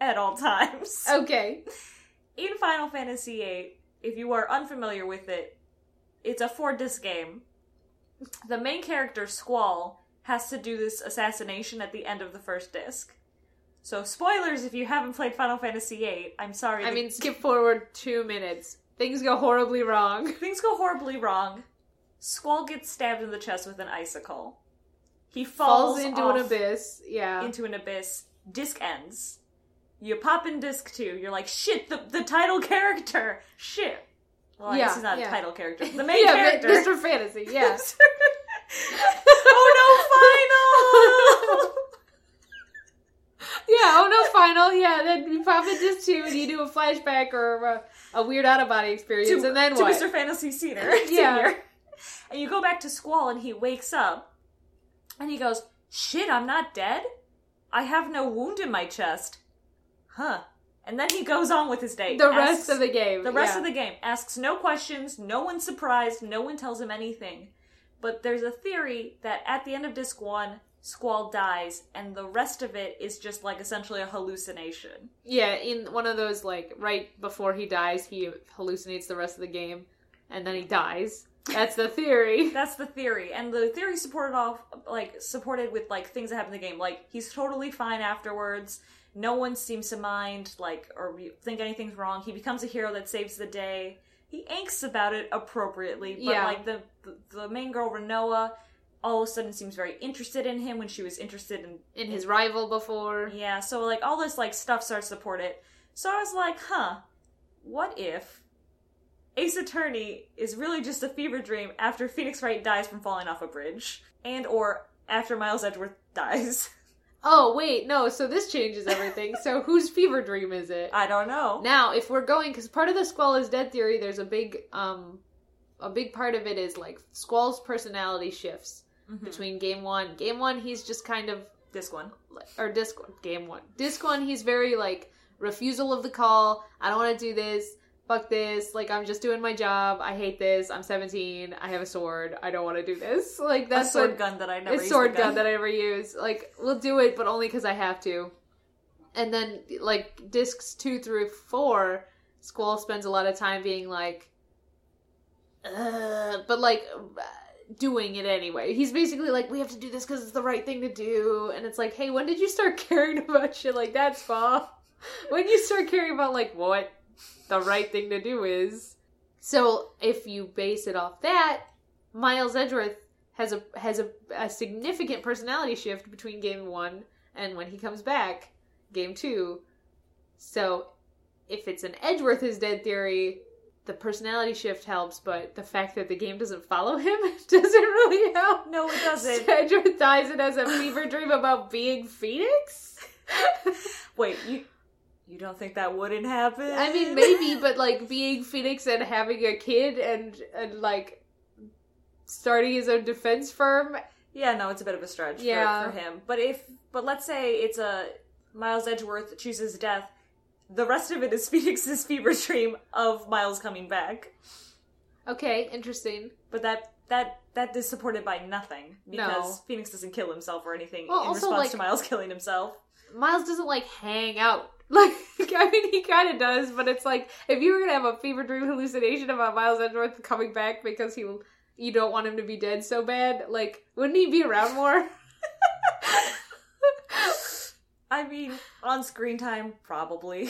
[SPEAKER 2] at all times.
[SPEAKER 1] Okay.
[SPEAKER 2] In Final Fantasy VIII, if you are unfamiliar with it, it's a four disc game. The main character Squall has to do this assassination at the end of the first disc. So spoilers if you haven't played Final Fantasy VIII. I'm sorry.
[SPEAKER 1] I
[SPEAKER 2] the-
[SPEAKER 1] mean, skip forward two minutes. Things go horribly wrong.
[SPEAKER 2] Things go horribly wrong. Squall gets stabbed in the chest with an icicle. He falls,
[SPEAKER 1] Falls into
[SPEAKER 2] off
[SPEAKER 1] an abyss. Yeah.
[SPEAKER 2] Into an abyss. Disc ends. You pop in disc two. You're like, shit, the, the title character. Shit. Well,
[SPEAKER 1] Yeah,
[SPEAKER 2] this is not
[SPEAKER 1] yeah.
[SPEAKER 2] a title character. The main
[SPEAKER 1] yeah,
[SPEAKER 2] character.
[SPEAKER 1] Mr. Fantasy. Yeah.
[SPEAKER 2] oh no, final!
[SPEAKER 1] Yeah, oh no, final. Yeah, then you pop it just two, and you do a flashback or a, a weird out of body experience,
[SPEAKER 2] to,
[SPEAKER 1] and then
[SPEAKER 2] to
[SPEAKER 1] what?
[SPEAKER 2] Mr. Fantasy Senior.
[SPEAKER 1] Yeah.
[SPEAKER 2] Senior. And you go back to Squall and he wakes up and he goes, Shit, I'm not dead? I have no wound in my chest. Huh. And then he goes on with his day.
[SPEAKER 1] the
[SPEAKER 2] Asks-
[SPEAKER 1] rest of the game.
[SPEAKER 2] the rest
[SPEAKER 1] yeah.
[SPEAKER 2] of the game asks no questions, no one's surprised, no one tells him anything. But there's a theory that at the end of disc one, Squall dies, and the rest of it is just like essentially a hallucination.
[SPEAKER 1] yeah, in one of those like right before he dies, he hallucinates the rest of the game, and then he dies. That's the theory.
[SPEAKER 2] That's the theory, and the theory supported off like supported with like things that happen in the game. Like he's totally fine afterwards. No one seems to mind like or re- think anything's wrong. He becomes a hero that saves the day. He angsts about it appropriately, but
[SPEAKER 1] Yeah.
[SPEAKER 2] like the, the the main girl Renoa, all of a sudden seems very interested in him when she was interested in
[SPEAKER 1] In his rival before,
[SPEAKER 2] yeah, so like all this like stuff starts to support it. So I was like, huh, what if Ace Attorney is really just a fever dream after Phoenix Wright dies from falling off a bridge? And or after Miles Edgeworth dies.
[SPEAKER 1] oh wait, no. So this changes everything. so whose fever dream is it?
[SPEAKER 2] I don't know.
[SPEAKER 1] Now, if we're going, because part of the Squall is dead theory, there's a big, um, a big part of it is like Squall's personality shifts
[SPEAKER 2] Mhm.
[SPEAKER 1] between game one. Game one, he's just kind of,
[SPEAKER 2] This one.
[SPEAKER 1] like- or disc game one, disc one, he's very like refusal of the call. I don't want to do this. Fuck this. Like I'm just doing my job. I hate this. I'm 17. I have a sword. I don't want to do this. Like
[SPEAKER 2] A
[SPEAKER 1] that's
[SPEAKER 2] sword
[SPEAKER 1] what,
[SPEAKER 2] gun that I never
[SPEAKER 1] it's
[SPEAKER 2] used
[SPEAKER 1] sword
[SPEAKER 2] the
[SPEAKER 1] gun. that I ever use. Like, we'll do it, but only because I have to. And then, like, discs two through four, Squall spends a lot of time being like, Ugh, but like, doing it anyway. He's basically like, we have to do this because it's the right thing to do. And it's like, hey, when did you start caring about shit like that, Squall? when you start caring about, like, what the right thing to do is. So, if you base it off that, Miles Edgeworth has a has a, a significant personality shift between game one and when he comes back, game two. So, if it's an Edgeworth is dead theory, the personality shift helps, but the fact that the game doesn't follow him doesn't really help.
[SPEAKER 2] No, it doesn't.
[SPEAKER 1] So Edgeworth dies and has a fever dream about being Phoenix.
[SPEAKER 2] Wait, you you don't think that wouldn't happen?
[SPEAKER 1] I mean, maybe, but like being Phoenix and having a kid and and like starting his own defense firm
[SPEAKER 2] Yeah, no, it's a bit of a stretch for-
[SPEAKER 1] Yeah.
[SPEAKER 2] for, him. But if but let's say it's a Miles Edgeworth chooses death, the rest of it is Phoenix's fever dream of Miles coming back.
[SPEAKER 1] Okay, interesting.
[SPEAKER 2] But that that that is supported by nothing because
[SPEAKER 1] No.
[SPEAKER 2] Phoenix doesn't kill himself or anything
[SPEAKER 1] Well,
[SPEAKER 2] in
[SPEAKER 1] also,
[SPEAKER 2] response
[SPEAKER 1] like-
[SPEAKER 2] to Miles killing himself.
[SPEAKER 1] Miles doesn't like hang out. Like I mean, he kind of does, but it's like if you were gonna have a fever dream hallucination about Miles Edgeworth coming back because he you don't want him to be dead so bad, like wouldn't he be around more?
[SPEAKER 2] I mean, on screen time, probably.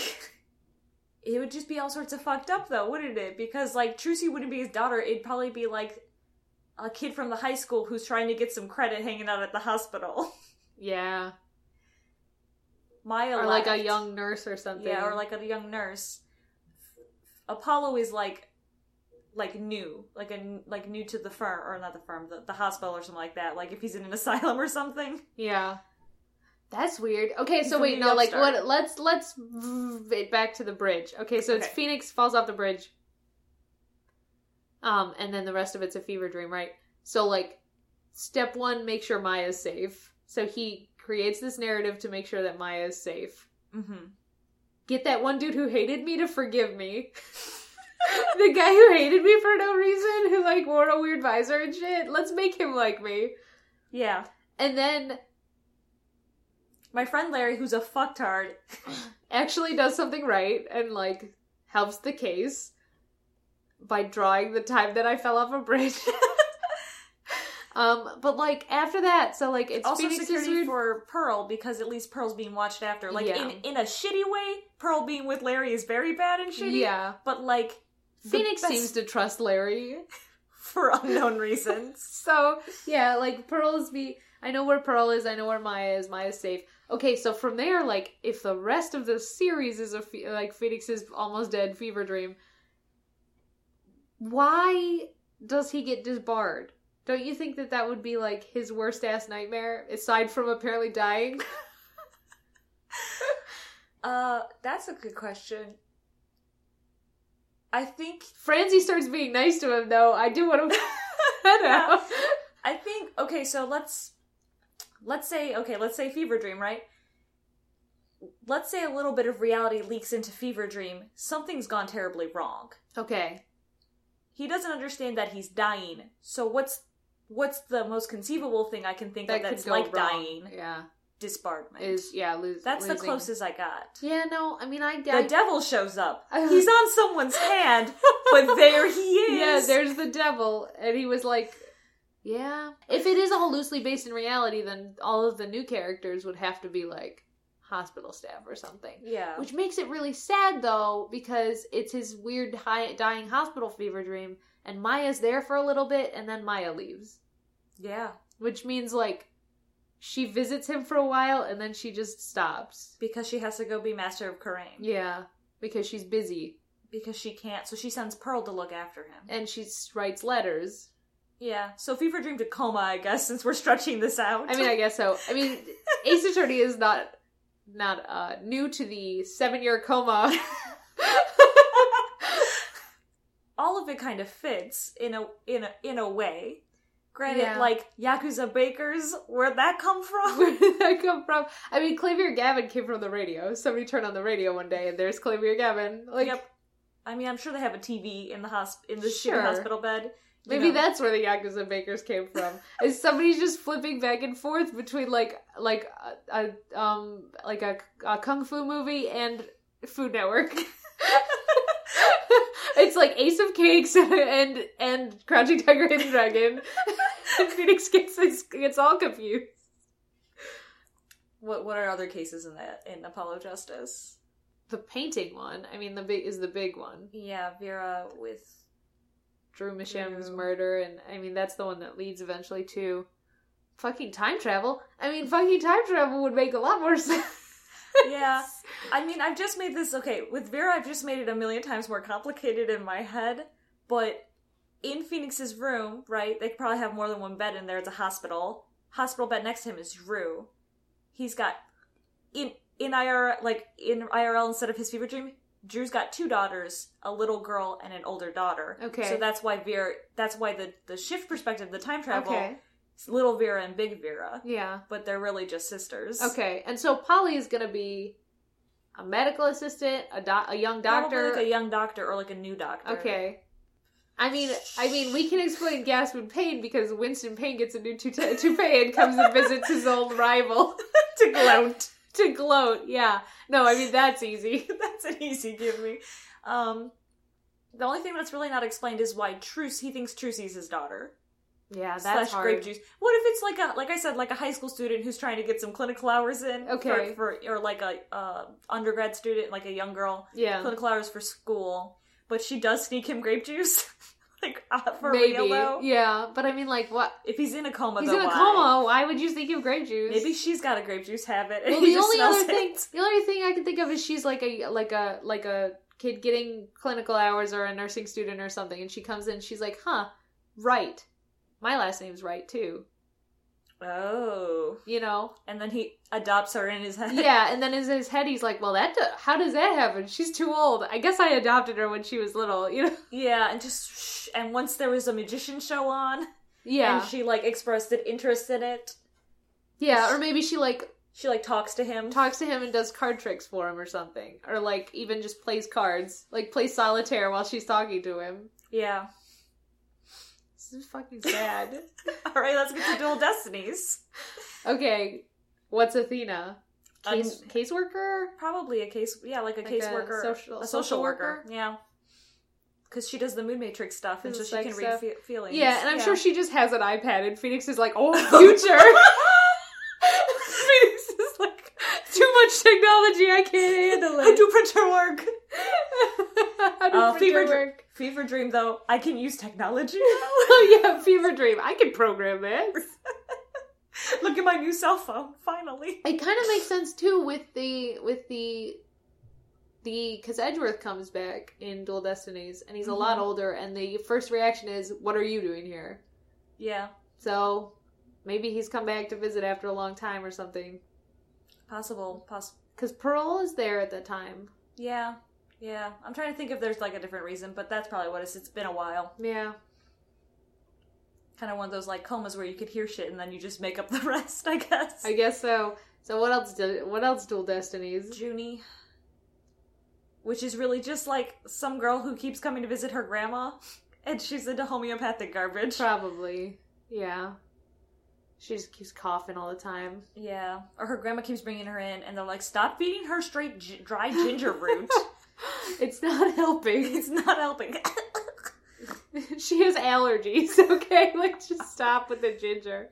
[SPEAKER 2] it would just be all sorts of fucked up, though, wouldn't it? Because, like, Trucy wouldn't be his daughter. It'd probably be, like, a kid from the high school who's trying to get some credit hanging out at the hospital.
[SPEAKER 1] yeah,
[SPEAKER 2] Maya
[SPEAKER 1] or like a
[SPEAKER 2] left.
[SPEAKER 1] young nurse or something.
[SPEAKER 2] Yeah, or like a young nurse. Apollo is like like new, like a like new to the firm or not the firm, the, the hospital or something like that. Like if he's in an asylum or something.
[SPEAKER 1] yeah. That's weird. Okay,
[SPEAKER 2] He's
[SPEAKER 1] so
[SPEAKER 2] a
[SPEAKER 1] wait,
[SPEAKER 2] new
[SPEAKER 1] no, like
[SPEAKER 2] upstart.
[SPEAKER 1] what? Let's let's v- it back to the bridge. Okay, so it's
[SPEAKER 2] Okay.
[SPEAKER 1] Phoenix falls off the bridge. Um, and then the rest of it's a fever dream, right? So like, step one, make sure Maya's safe. So he creates this narrative to make sure that Maya is safe. Mm-hmm.
[SPEAKER 2] Mhm.
[SPEAKER 1] get that one dude who hated me to forgive me. the guy who hated me for no reason, who like wore a weird visor and shit. Let's make him like me.
[SPEAKER 2] Yeah.
[SPEAKER 1] And then
[SPEAKER 2] My friend Larry who's a fucktard.
[SPEAKER 1] actually does something right and like helps the case by drawing the time that I fell off a bridge. um, but like after that, so like it's
[SPEAKER 2] also
[SPEAKER 1] Phoenix's
[SPEAKER 2] security
[SPEAKER 1] weird.
[SPEAKER 2] for Pearl because at least Pearl's being watched after. Like
[SPEAKER 1] Yeah.
[SPEAKER 2] in in a shitty way, Pearl being with Larry is very bad and shitty.
[SPEAKER 1] yeah,
[SPEAKER 2] But like the
[SPEAKER 1] Phoenix
[SPEAKER 2] best-
[SPEAKER 1] seems to trust Larry.
[SPEAKER 2] for unknown reasons.
[SPEAKER 1] So yeah, like Pearl's be. I know where Pearl is. I know where Maya is. Maya's safe. Okay, so from there, like if the rest of the series is a fe- like Phoenix's almost dead fever dream, why does he get disbarred? Don't you think that that would be like his worst ass nightmare aside from apparently dying?
[SPEAKER 2] Uh that's a good question. I think
[SPEAKER 1] Francie starts being nice to him though. I do want to.
[SPEAKER 2] Yeah. I think okay, so let's let's say okay, let's say fever dream, right? Let's say a little bit of reality leaks into fever dream. Something's gone terribly wrong.
[SPEAKER 1] Okay.
[SPEAKER 2] He doesn't understand that he's dying. So what's what's the most conceivable thing I can think
[SPEAKER 1] That
[SPEAKER 2] of
[SPEAKER 1] could
[SPEAKER 2] that's
[SPEAKER 1] go
[SPEAKER 2] like
[SPEAKER 1] wrong.
[SPEAKER 2] dying?
[SPEAKER 1] Yeah.
[SPEAKER 2] Disbarment.
[SPEAKER 1] Is yeah. Lose,
[SPEAKER 2] that's the
[SPEAKER 1] losing-
[SPEAKER 2] closest I got.
[SPEAKER 1] Yeah. No. I mean, I.
[SPEAKER 2] The
[SPEAKER 1] I
[SPEAKER 2] devil shows up.
[SPEAKER 1] I-
[SPEAKER 2] He's on someone's hand, but there he
[SPEAKER 1] Yeah,
[SPEAKER 2] is.
[SPEAKER 1] there's the devil, and he was like, "Yeah." If it is all loosely based in reality, then all of the new characters would have to be like hospital staff or something,
[SPEAKER 2] yeah.
[SPEAKER 1] which makes it really sad though because it's his weird high, dying hospital fever dream, and Maya's there for a little bit, and then Maya leaves,
[SPEAKER 2] Yeah.
[SPEAKER 1] which means like she visits him for a while, and then she just stops.
[SPEAKER 2] Because she has to go be master of Karain.
[SPEAKER 1] Yeah, because she's busy
[SPEAKER 2] because she can't, so she sends Pearl to look after him.
[SPEAKER 1] and she writes letters
[SPEAKER 2] Yeah, so fever dream to coma, I guess, since we're stretching this out.
[SPEAKER 1] I mean, I guess so. I mean, Ace Attorney is not not uh, new to the seven year coma.
[SPEAKER 2] all of it kind of fits in a in a in a way. Granted,
[SPEAKER 1] Yeah.
[SPEAKER 2] like Yakuza Bakers, where'd that come from?
[SPEAKER 1] Where did that come from? I mean, Clavier Gavin came from the radio. Somebody turned on the radio one day, and there's Clavier Gavin. Like,
[SPEAKER 2] yep. I mean, I'm sure they have a TV in the hosp- in the shitty
[SPEAKER 1] Sure.
[SPEAKER 2] hospital bed. you
[SPEAKER 1] maybe
[SPEAKER 2] know.
[SPEAKER 1] that's where the Yakuza Bakers came from. is somebody's just flipping back and forth between like like a, a um like a, a kung fu movie and Food Network. it's like Ace of Cakes and and Crouching Tiger, Hidden Dragon. and Phoenix gets this- gets all confused.
[SPEAKER 2] What what are other cases in that in Apollo Justice?
[SPEAKER 1] The painting one, I mean, the big is the big one.
[SPEAKER 2] Yeah, Vera with
[SPEAKER 1] Drew Misham's
[SPEAKER 2] Drew.
[SPEAKER 1] murder, and I mean that's the one that leads eventually to fucking time travel. I mean, fucking time travel would make a lot more sense.
[SPEAKER 2] yeah. I mean, I've just made this okay with Vera. I've just made it a million times more complicated in my head. But in Phoenix's room, right? They probably have more than one bed in there. It's a hospital. Hospital bed next to him is Drew. He's got in in IRL like in IRL instead of his fever dream. Drew's got two daughters, a little girl and an older daughter.
[SPEAKER 1] Okay.
[SPEAKER 2] So that's why Vera. That's why the the shift perspective, the time travel,
[SPEAKER 1] Okay.
[SPEAKER 2] is little Vera and big Vera.
[SPEAKER 1] Yeah.
[SPEAKER 2] But they're really just sisters.
[SPEAKER 1] Okay. And so Polly is gonna be a medical assistant, a, doc a young doctor.
[SPEAKER 2] Probably like a young doctor or like a new doctor.
[SPEAKER 1] okay. I mean, I mean, we can explain Gaspin Payne because Winston Payne gets a new toupee toupee and comes and visits his old rival
[SPEAKER 2] to gloat.
[SPEAKER 1] to gloat. Yeah. No, I mean that's easy.
[SPEAKER 2] that's an easy give me. Um, the only thing that's really not explained is why Truce he thinks Trucy's his daughter.
[SPEAKER 1] Yeah, that's
[SPEAKER 2] slash
[SPEAKER 1] hard.
[SPEAKER 2] grape juice. What if it's like a like I said, like a high school student who's trying to get some clinical hours in?
[SPEAKER 1] Okay.
[SPEAKER 2] For, for or like a uh, undergrad student, like a young girl,
[SPEAKER 1] Yeah.
[SPEAKER 2] clinical hours for school, but she does sneak him grape juice, like uh, for
[SPEAKER 1] Maybe.
[SPEAKER 2] real though.
[SPEAKER 1] Yeah, but I mean, like, what?
[SPEAKER 2] If he's in a coma,
[SPEAKER 1] He's
[SPEAKER 2] though,
[SPEAKER 1] in a
[SPEAKER 2] why?
[SPEAKER 1] coma. Why would you think of grape juice?
[SPEAKER 2] Maybe she's got a grape juice habit. And
[SPEAKER 1] Well,
[SPEAKER 2] he
[SPEAKER 1] the
[SPEAKER 2] just
[SPEAKER 1] only
[SPEAKER 2] smells
[SPEAKER 1] other thing,
[SPEAKER 2] it.
[SPEAKER 1] the only thing I can think of is she's like a like a like a kid getting clinical hours or a nursing student or something, and she comes in, she's like, "Huh, right. My last name's Wright too."
[SPEAKER 2] Oh,
[SPEAKER 1] You know,
[SPEAKER 2] and then he adopts her in his head.
[SPEAKER 1] yeah. And then in his head, he's like, "Well, that do- how does that happen? She's too old. I guess I adopted her when she was little." You know,
[SPEAKER 2] yeah, and just shh, and once there was a magician show on,
[SPEAKER 1] yeah,
[SPEAKER 2] and she like expressed an interest in it.
[SPEAKER 1] yeah. Or maybe she like
[SPEAKER 2] She like talks to him.
[SPEAKER 1] talks to him and does card tricks for him or something, or like even just plays cards, like plays solitaire while she's talking to him.
[SPEAKER 2] yeah.
[SPEAKER 1] This is fucking sad.
[SPEAKER 2] All right, let's get to dual destinies.
[SPEAKER 1] Okay, what's Athena?
[SPEAKER 2] Um,
[SPEAKER 1] Case caseworker?
[SPEAKER 2] Probably a case, yeah, like a
[SPEAKER 1] Like a
[SPEAKER 2] caseworker,
[SPEAKER 1] social-
[SPEAKER 2] a social,
[SPEAKER 1] social
[SPEAKER 2] worker.
[SPEAKER 1] worker?
[SPEAKER 2] yeah. Because she does the mood matrix stuff, and so
[SPEAKER 1] Does
[SPEAKER 2] she
[SPEAKER 1] the
[SPEAKER 2] can
[SPEAKER 1] sex
[SPEAKER 2] read
[SPEAKER 1] stuff.
[SPEAKER 2] fe- feelings.
[SPEAKER 1] Yeah, and I'm sure she just has an iPad, and Phoenix is like, "Oh, future." Phoenix is like, "Too much technology, I can't handle it."
[SPEAKER 2] I do printer work.
[SPEAKER 1] I do
[SPEAKER 2] Uh,
[SPEAKER 1] fever
[SPEAKER 2] fever dr-
[SPEAKER 1] work.
[SPEAKER 2] Fever dream though, I can use technology.
[SPEAKER 1] oh yeah, fever dream. I can program it.
[SPEAKER 2] Look at my new cell phone. Finally.
[SPEAKER 1] It kind of makes sense too with the with the the because Edgeworth comes back in Dual Destinies, and he's a lot
[SPEAKER 2] Mhm.
[SPEAKER 1] older, and the first reaction is, "What are you doing here?"
[SPEAKER 2] Yeah,
[SPEAKER 1] So maybe he's come back to visit after a long time or something.
[SPEAKER 2] possible. Possible.
[SPEAKER 1] Because Pearl is there at the time.
[SPEAKER 2] Yeah, yeah. I'm trying to think if there's like a different reason, but that's probably what it is. It's been a while.
[SPEAKER 1] Yeah.
[SPEAKER 2] Kind of one of those like comas where you could hear shit and then you just make up the rest. I guess.
[SPEAKER 1] I guess so. So what else did what else dual destinies?
[SPEAKER 2] Junie, which is really just like some girl who keeps coming to visit her grandma, and she's into homeopathic garbage.
[SPEAKER 1] Probably. Yeah. She just keeps coughing all the time.
[SPEAKER 2] Yeah, or her grandma keeps bringing her in, and they're like, "Stop feeding her straight gi- dry ginger root.
[SPEAKER 1] It's not helping.
[SPEAKER 2] it's not helping."
[SPEAKER 1] she has allergies, okay? Like just stop with the ginger.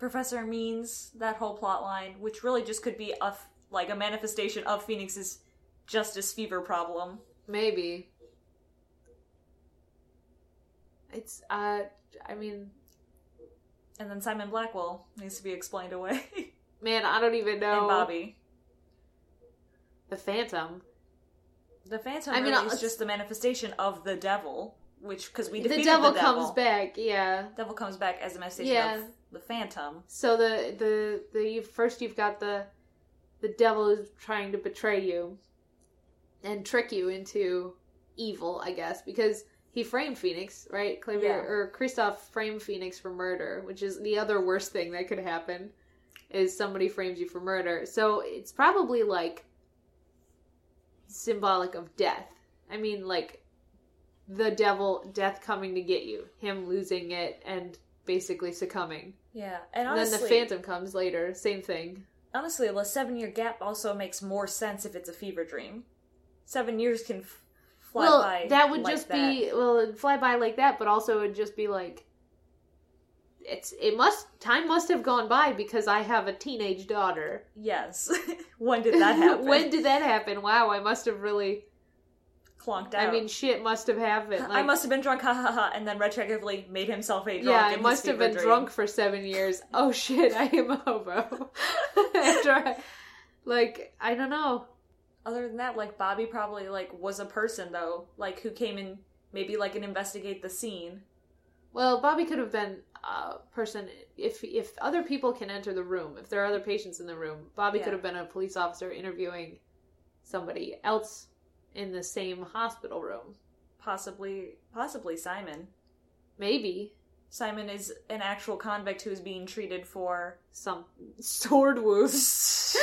[SPEAKER 2] Professor means that whole plot line, which really just could be a f- like a manifestation of Phoenix's justice fever problem.
[SPEAKER 1] Maybe. It's uh I mean,
[SPEAKER 2] And then Simon Blackwell needs to be explained away,
[SPEAKER 1] man, I don't even know
[SPEAKER 2] and Bobby.
[SPEAKER 1] the Phantom.
[SPEAKER 2] The Phantom
[SPEAKER 1] I mean, uh,
[SPEAKER 2] really
[SPEAKER 1] I'll-
[SPEAKER 2] is just the manifestation of the devil, which because we
[SPEAKER 1] the
[SPEAKER 2] defeated
[SPEAKER 1] devil
[SPEAKER 2] the devil
[SPEAKER 1] comes back, yeah.
[SPEAKER 2] Devil comes back as a manifestation of
[SPEAKER 1] Yeah.
[SPEAKER 2] the Phantom.
[SPEAKER 1] So the the the you first you've got the the devil is trying to betray you and trick you into evil, I guess, because he framed Phoenix, right? Clavier
[SPEAKER 2] Yeah.
[SPEAKER 1] or Kristoff framed Phoenix for murder, which is the other worst thing that could happen is somebody frames you for murder. So it's probably like symbolic of death. I mean like the devil death coming to get you, him losing it and basically succumbing.
[SPEAKER 2] Yeah, and
[SPEAKER 1] And then
[SPEAKER 2] honestly,
[SPEAKER 1] the Phantom comes later. Same thing.
[SPEAKER 2] honestly, the seven-year gap also makes more sense if it's a fever dream. Seven years can f- fly
[SPEAKER 1] well,
[SPEAKER 2] by.
[SPEAKER 1] that would
[SPEAKER 2] like
[SPEAKER 1] just
[SPEAKER 2] that.
[SPEAKER 1] be well, it'd fly by like that, but also it'd just be like it's it must time must have gone by because I have a teenage daughter.
[SPEAKER 2] yes. when did that happen?
[SPEAKER 1] when did that happen? Wow, I must have really.
[SPEAKER 2] clonked out?
[SPEAKER 1] I mean, shit must have happened.
[SPEAKER 2] I
[SPEAKER 1] like-
[SPEAKER 2] must have been drunk, ha ha ha, and then retroactively made himself a drunk.
[SPEAKER 1] Yeah,
[SPEAKER 2] in
[SPEAKER 1] I
[SPEAKER 2] his
[SPEAKER 1] must have
[SPEAKER 2] fever
[SPEAKER 1] been
[SPEAKER 2] dream.
[SPEAKER 1] drunk for seven years. Oh shit, I am a hobo. After I, like I don't know.
[SPEAKER 2] Other than that, like Bobby probably like was a person though, like who came in maybe like and investigate the scene.
[SPEAKER 1] Well, Bobby could have been a person if if other people can enter the room, if there are other patients in the room. Bobby
[SPEAKER 2] Yeah.
[SPEAKER 1] could have been a police officer interviewing somebody else in the same hospital room.
[SPEAKER 2] Possibly, possibly Simon.
[SPEAKER 1] Maybe
[SPEAKER 2] Simon is an actual convict who is being treated for
[SPEAKER 1] some sword wounds.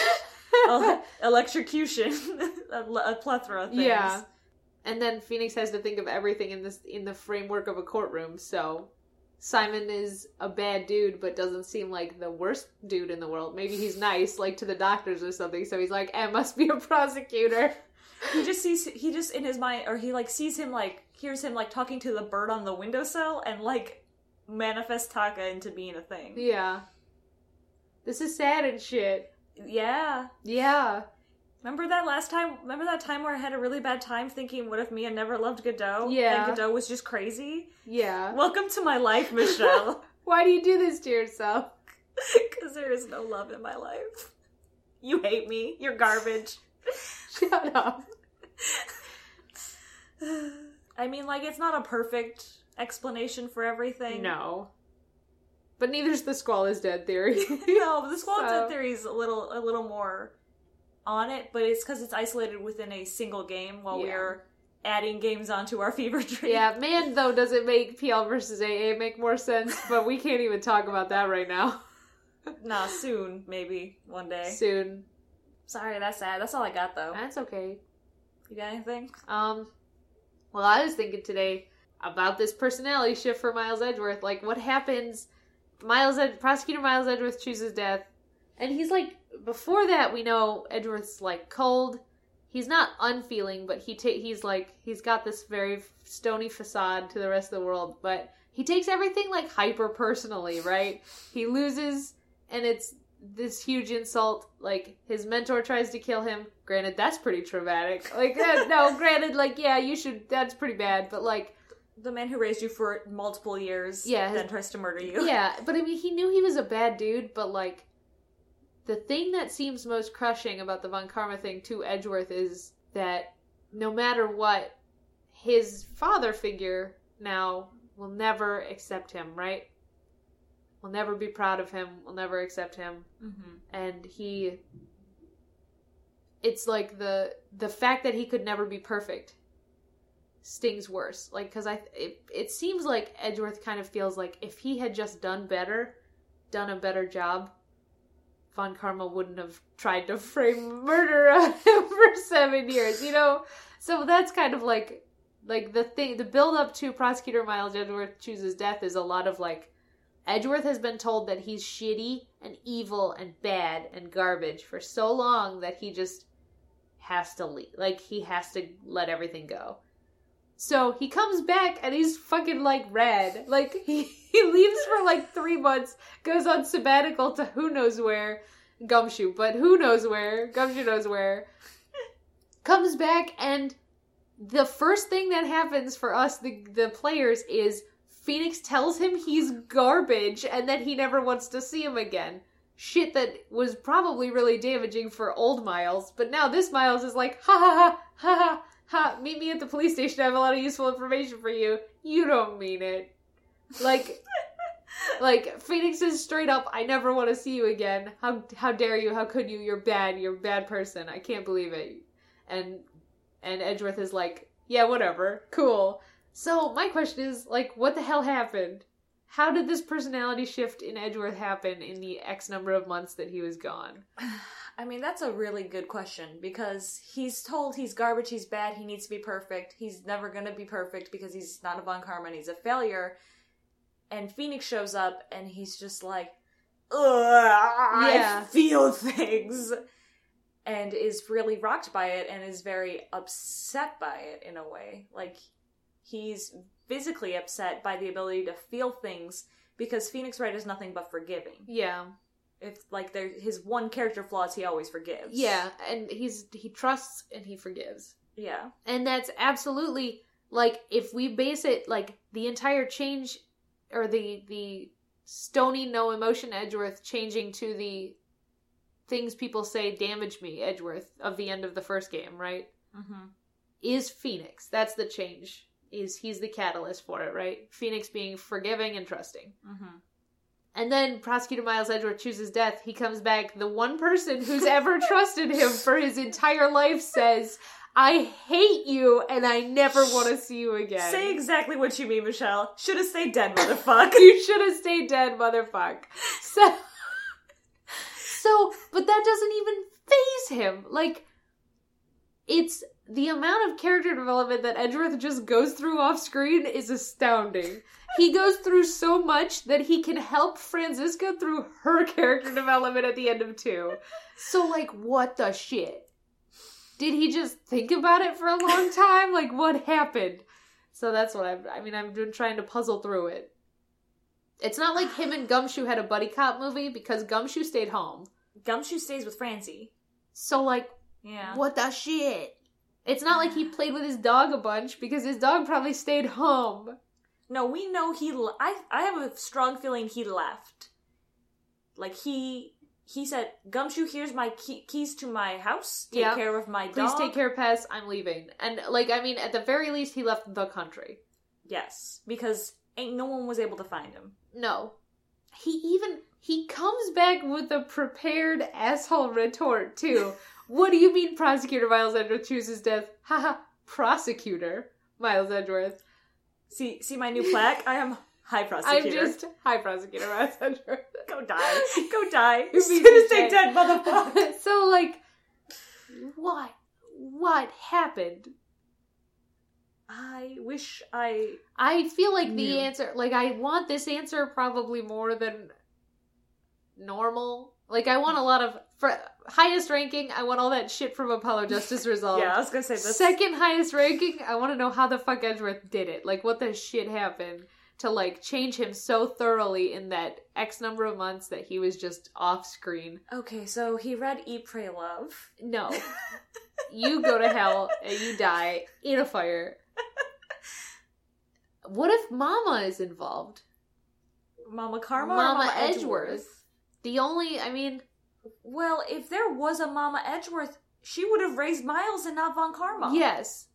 [SPEAKER 2] el- electrocution, a, l- a plethora of things.
[SPEAKER 1] Yeah. and then Phoenix has to think of everything in this in the framework of a courtroom. So Simon is a bad dude, but doesn't seem like the worst dude in the world. Maybe he's nice, like to the doctors or something. So he's like, "I must be a prosecutor."
[SPEAKER 2] he just sees he just in his mind, or he like sees him like hears him like talking to the bird on the windowsill, and like manifest Taka into being a thing.
[SPEAKER 1] Yeah. This is sad and shit.
[SPEAKER 2] Yeah.
[SPEAKER 1] Yeah.
[SPEAKER 2] Remember that last time? Remember that time where I had a really bad time thinking, what if Mia never loved Godot?
[SPEAKER 1] Yeah.
[SPEAKER 2] And Godot was just crazy?
[SPEAKER 1] Yeah.
[SPEAKER 2] Welcome to my life, Michelle.
[SPEAKER 1] Why do you do this to yourself?
[SPEAKER 2] Because there is no love in my life. You hate me. You're garbage.
[SPEAKER 1] Shut up.
[SPEAKER 2] I mean, like, it's not a perfect explanation for everything.
[SPEAKER 1] No. But neither's the squall is dead theory.
[SPEAKER 2] no, but the squall
[SPEAKER 1] So-
[SPEAKER 2] death theory is a little a little more on it, but it's because it's isolated within a single game while
[SPEAKER 1] Yeah.
[SPEAKER 2] we're adding games onto our fever dream.
[SPEAKER 1] yeah, man, though, does it make PL versus AA make more sense? But we can't even talk about that right now.
[SPEAKER 2] Nah, soon, maybe. One day.
[SPEAKER 1] Soon.
[SPEAKER 2] Sorry, that's sad. That's all I got though.
[SPEAKER 1] That's okay.
[SPEAKER 2] You got anything?
[SPEAKER 1] Um, well, I was thinking today about this personality shift for Miles Edgeworth. Like, what happens? Miles, Ed- prosecutor Miles Edgeworth chooses death, and he's like. Before that, we know Edgeworth's like cold. He's not unfeeling, but he ta- he's like he's got this very stony facade to the rest of the world. But he takes everything like hyper personally, right? he loses, and it's this huge insult. Like his mentor tries to kill him. Granted, that's pretty traumatic. Like that, no, granted, like yeah, you should. That's pretty bad. But like,
[SPEAKER 2] The man who raised you for multiple years
[SPEAKER 1] Yeah, his-
[SPEAKER 2] then tries to murder you.
[SPEAKER 1] yeah. But I mean, he knew he was a bad dude. But like, the thing that seems most crushing about the von Karma thing to Edgeworth is that no matter what, his father figure now will never accept him. Right? Will never be proud of him. Will never accept him.
[SPEAKER 2] Mm-hmm.
[SPEAKER 1] and he it's like the the fact that he could never be perfect stings worse like because i it, it seems like edgeworth kind of feels like if he had just done better done a better job von karma wouldn't have tried to frame murder on him for seven years you know so that's kind of like like the thing the build up to prosecutor miles edgeworth chooses death is a lot of like Edgeworth has been told that he's shitty and evil and bad and garbage for so long that he just has to leave. Like, he has to let everything go. So he comes back and he's fucking like red. Like, he, he leaves for like three months, goes on sabbatical to who knows where, Gumshoe, but who knows where, Gumshoe knows where, comes back and the first thing that happens for us, the, the players, is Phoenix tells him he's garbage and that he never wants to see him again. Shit that was probably really damaging for old Miles, but now this Miles is like, ha ha ha, ha ha, ha, meet me at the police station, I have a lot of useful information for you. You don't mean it. Like, like Phoenix is straight up, I never want to see you again. How, how dare you? How could you? You're bad. You're a bad person. I can't believe it. And, and Edgeworth is like, yeah, whatever. Cool. So my question is, like, what the hell happened? How did this personality shift in Edgeworth happen in the X number of months that he was gone?
[SPEAKER 2] I mean, that's a really good question because he's told he's garbage, he's bad, he needs to be perfect, he's never gonna be perfect because he's not a Von Karma and he's a failure. And Phoenix shows up and he's just like, Ugh, I
[SPEAKER 1] Yeah.
[SPEAKER 2] feel things. And is really rocked by it and is very upset by it in a way. Like, he's physically upset by the ability to feel things because Phoenix Wright is nothing but forgiving
[SPEAKER 1] Yeah,
[SPEAKER 2] if like there his one character flaws he always forgives
[SPEAKER 1] yeah, and he's he trusts and he forgives,
[SPEAKER 2] yeah
[SPEAKER 1] and that's absolutely like if we base it like the entire change or the the stony no emotion Edgeworth changing to the things people say damage me Edgeworth of the end of the first game, right?
[SPEAKER 2] mm-hmm.
[SPEAKER 1] is Phoenix. That's the change. Is he's the catalyst for it, right? Phoenix being forgiving and trusting.
[SPEAKER 2] Mm-hmm.
[SPEAKER 1] And then prosecutor Miles Edgeworth chooses death. He comes back. The one person who's ever trusted him for his entire life says, "I hate you and I never want to see you again."
[SPEAKER 2] say exactly what you mean michelle should have stayed dead motherfucker
[SPEAKER 1] you should have stayed dead, motherfucker. So, so, but that doesn't even phase him. Like, it's the amount of character development that Edgeworth just goes through off screen is astounding. He goes through so much that he can help Franziska through her character development at the end of two. So, like, what the shit? Did he just think about it for a long time? Like, what happened? So that's what I've, I mean, I've been trying to puzzle through it. It's not like him and Gumshoe had a buddy cop movie because Gumshoe stayed home.
[SPEAKER 2] Gumshoe stays with Francie.
[SPEAKER 1] So like,
[SPEAKER 2] Yeah.
[SPEAKER 1] what the shit? It's not like he played with his dog a bunch because his dog probably stayed home.
[SPEAKER 2] No, we know he. l I I have a strong feeling he left. Like he he said, Gumshoe, here's my key, keys to my house. Take
[SPEAKER 1] Yeah.
[SPEAKER 2] care of my dog.
[SPEAKER 1] Please take care, Pez. I'm leaving. And like, I mean, at the very least, he left the country.
[SPEAKER 2] Yes, because ain't no one was able to find him.
[SPEAKER 1] No, he even he comes back with a prepared asshole retort too. what do you mean, prosecutor Miles Edgeworth chooses death? Haha, prosecutor Miles Edgeworth.
[SPEAKER 2] See see my new plaque. I am high
[SPEAKER 1] I'm
[SPEAKER 2] prosecutor.
[SPEAKER 1] just high prosecutor Miles Edgeworth.
[SPEAKER 2] go die. Go die.
[SPEAKER 1] You're
[SPEAKER 2] As soon
[SPEAKER 1] being
[SPEAKER 2] as they dead, motherfucker.
[SPEAKER 1] so like, what what happened?
[SPEAKER 2] I wish I.
[SPEAKER 1] I feel like the
[SPEAKER 2] Yeah.
[SPEAKER 1] answer, like I want this answer probably more than normal. Like I want a lot of fr- highest ranking. I want all that shit from Apollo Justice Resolved.
[SPEAKER 2] Yeah, I was gonna say this.
[SPEAKER 1] Second highest ranking. I want to know how the fuck Edgeworth did it. Like what the shit happened to like change him so thoroughly in that X number of months that he was just off screen.
[SPEAKER 2] Okay, so he read E Pray Love.
[SPEAKER 1] No, you go to hell and you die in a fire. What if Mama is involved?
[SPEAKER 2] Mama Karma. or
[SPEAKER 1] Mama
[SPEAKER 2] Mama
[SPEAKER 1] Edgeworth.
[SPEAKER 2] Edgeworth.
[SPEAKER 1] The only, I mean,
[SPEAKER 2] Well, if there was a Mama Edgeworth, she would have raised Miles and not Von Karma.
[SPEAKER 1] yes.